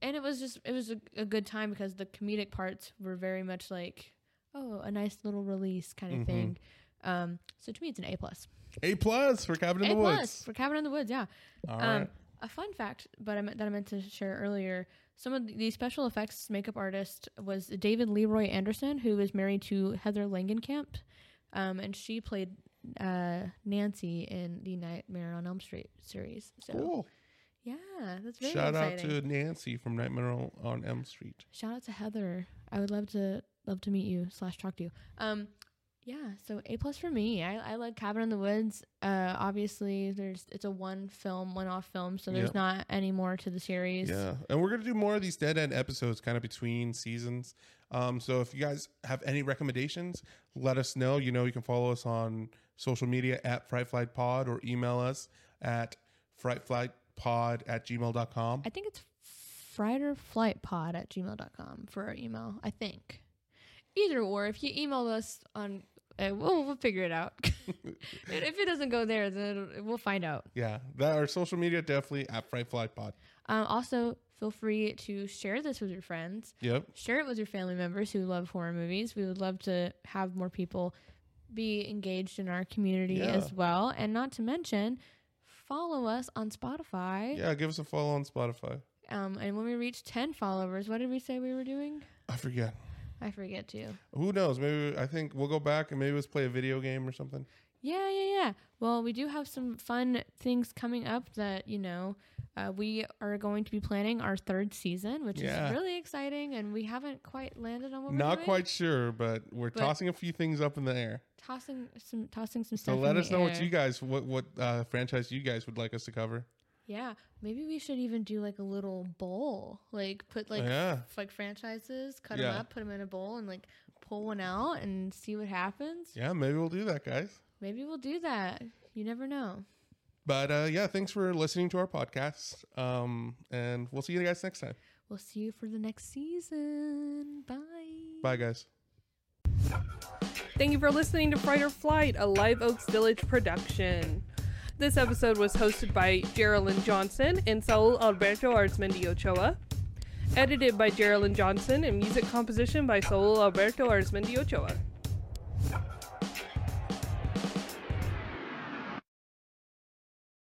Speaker 2: And it was just it was a, a good time because the comedic parts were very much like oh a nice little release kind of
Speaker 1: Mhm.
Speaker 2: thing. Um, so to me, it's an A plus.
Speaker 1: A plus for Cabin in
Speaker 2: A
Speaker 1: the
Speaker 2: plus
Speaker 1: Woods.
Speaker 2: for Cabin in the Woods. Yeah.
Speaker 1: All
Speaker 2: Um,
Speaker 1: right.
Speaker 2: A fun fact, but I meant, that I meant to share earlier. Some of the special effects makeup artist was David Leroy Anderson, who is married to Heather Langenkamp, um, and she played uh, Nancy in the Nightmare on Elm Street series. So
Speaker 1: Cool.
Speaker 2: yeah, that's very
Speaker 1: Shout
Speaker 2: exciting.
Speaker 1: out to Nancy from Nightmare on- on Elm Street.
Speaker 2: Shout out to Heather. I would love to love to meet you slash talk to you. Um, yeah. So A plus for me. I I like Cabin in the Woods. Uh, obviously there's it's a one film, one off film, so there's
Speaker 1: Yep.
Speaker 2: not any more to the series.
Speaker 1: Yeah, and we're gonna do more of these dead end episodes, kind of between seasons. Um, so if you guys have any recommendations, let us know. You know, you can follow us on social media at Fright Flight Pod or email us at frightflightpod at gmail.com.
Speaker 2: I think it's fright or flight pod at gmail.com for our email. I think either or if you email us on, uh, we'll we'll figure it out. (laughs) Dude, if it doesn't go there, then it'll- we'll find out.
Speaker 1: yeah, that our social media definitely at Fright Fly Pod.
Speaker 2: Um, also, feel free to share this with your friends.
Speaker 1: Yep.
Speaker 2: share it with your family members who love horror movies. We would love to have more people be engaged in our community
Speaker 1: Yeah.
Speaker 2: as well. And not to mention, follow us on Spotify.
Speaker 1: Yeah, give us a follow on Spotify.
Speaker 2: Um, and when we reach 10 followers, what did we say we were doing?
Speaker 1: I forget.
Speaker 2: I forget to.
Speaker 1: Who knows? Maybe I think we'll go back and maybe let's play a video game or something.
Speaker 2: Yeah, yeah, yeah. Well, we do have some fun things coming up that, you know, uh, we are going to be planning our third season, which
Speaker 1: Yeah.
Speaker 2: is really exciting. And we haven't quite landed on what we're
Speaker 1: Not
Speaker 2: doing.
Speaker 1: quite sure, but we're
Speaker 2: But-
Speaker 1: tossing a few things up in the air.
Speaker 2: tossing some tossing some
Speaker 1: So
Speaker 2: stuff.
Speaker 1: let
Speaker 2: in
Speaker 1: us
Speaker 2: the
Speaker 1: know what
Speaker 2: air.
Speaker 1: you guys, what what uh, franchise you guys would like us to cover.
Speaker 2: Yeah, maybe we should even do like a little bowl. Like put like
Speaker 1: yeah,
Speaker 2: f- like franchises, cut
Speaker 1: Yeah.
Speaker 2: them up, put them in a bowl, and like pull one out and see what happens.
Speaker 1: yeah, maybe we'll do that, guys.
Speaker 2: Maybe we'll do that. You never know.
Speaker 1: But uh, yeah, thanks for listening to our podcast, um, and we'll see you guys next time.
Speaker 2: We'll see you for the next season. Bye.
Speaker 1: Bye, guys.
Speaker 5: Thank you for listening to Fright or Flight, a Live Oaks Village production. This episode was hosted by Geraldine Johnson and Saul Alberto Arzmendi Ochoa, edited by Geraldine Johnson, and music composition by Saul Alberto Arzmendi Ochoa.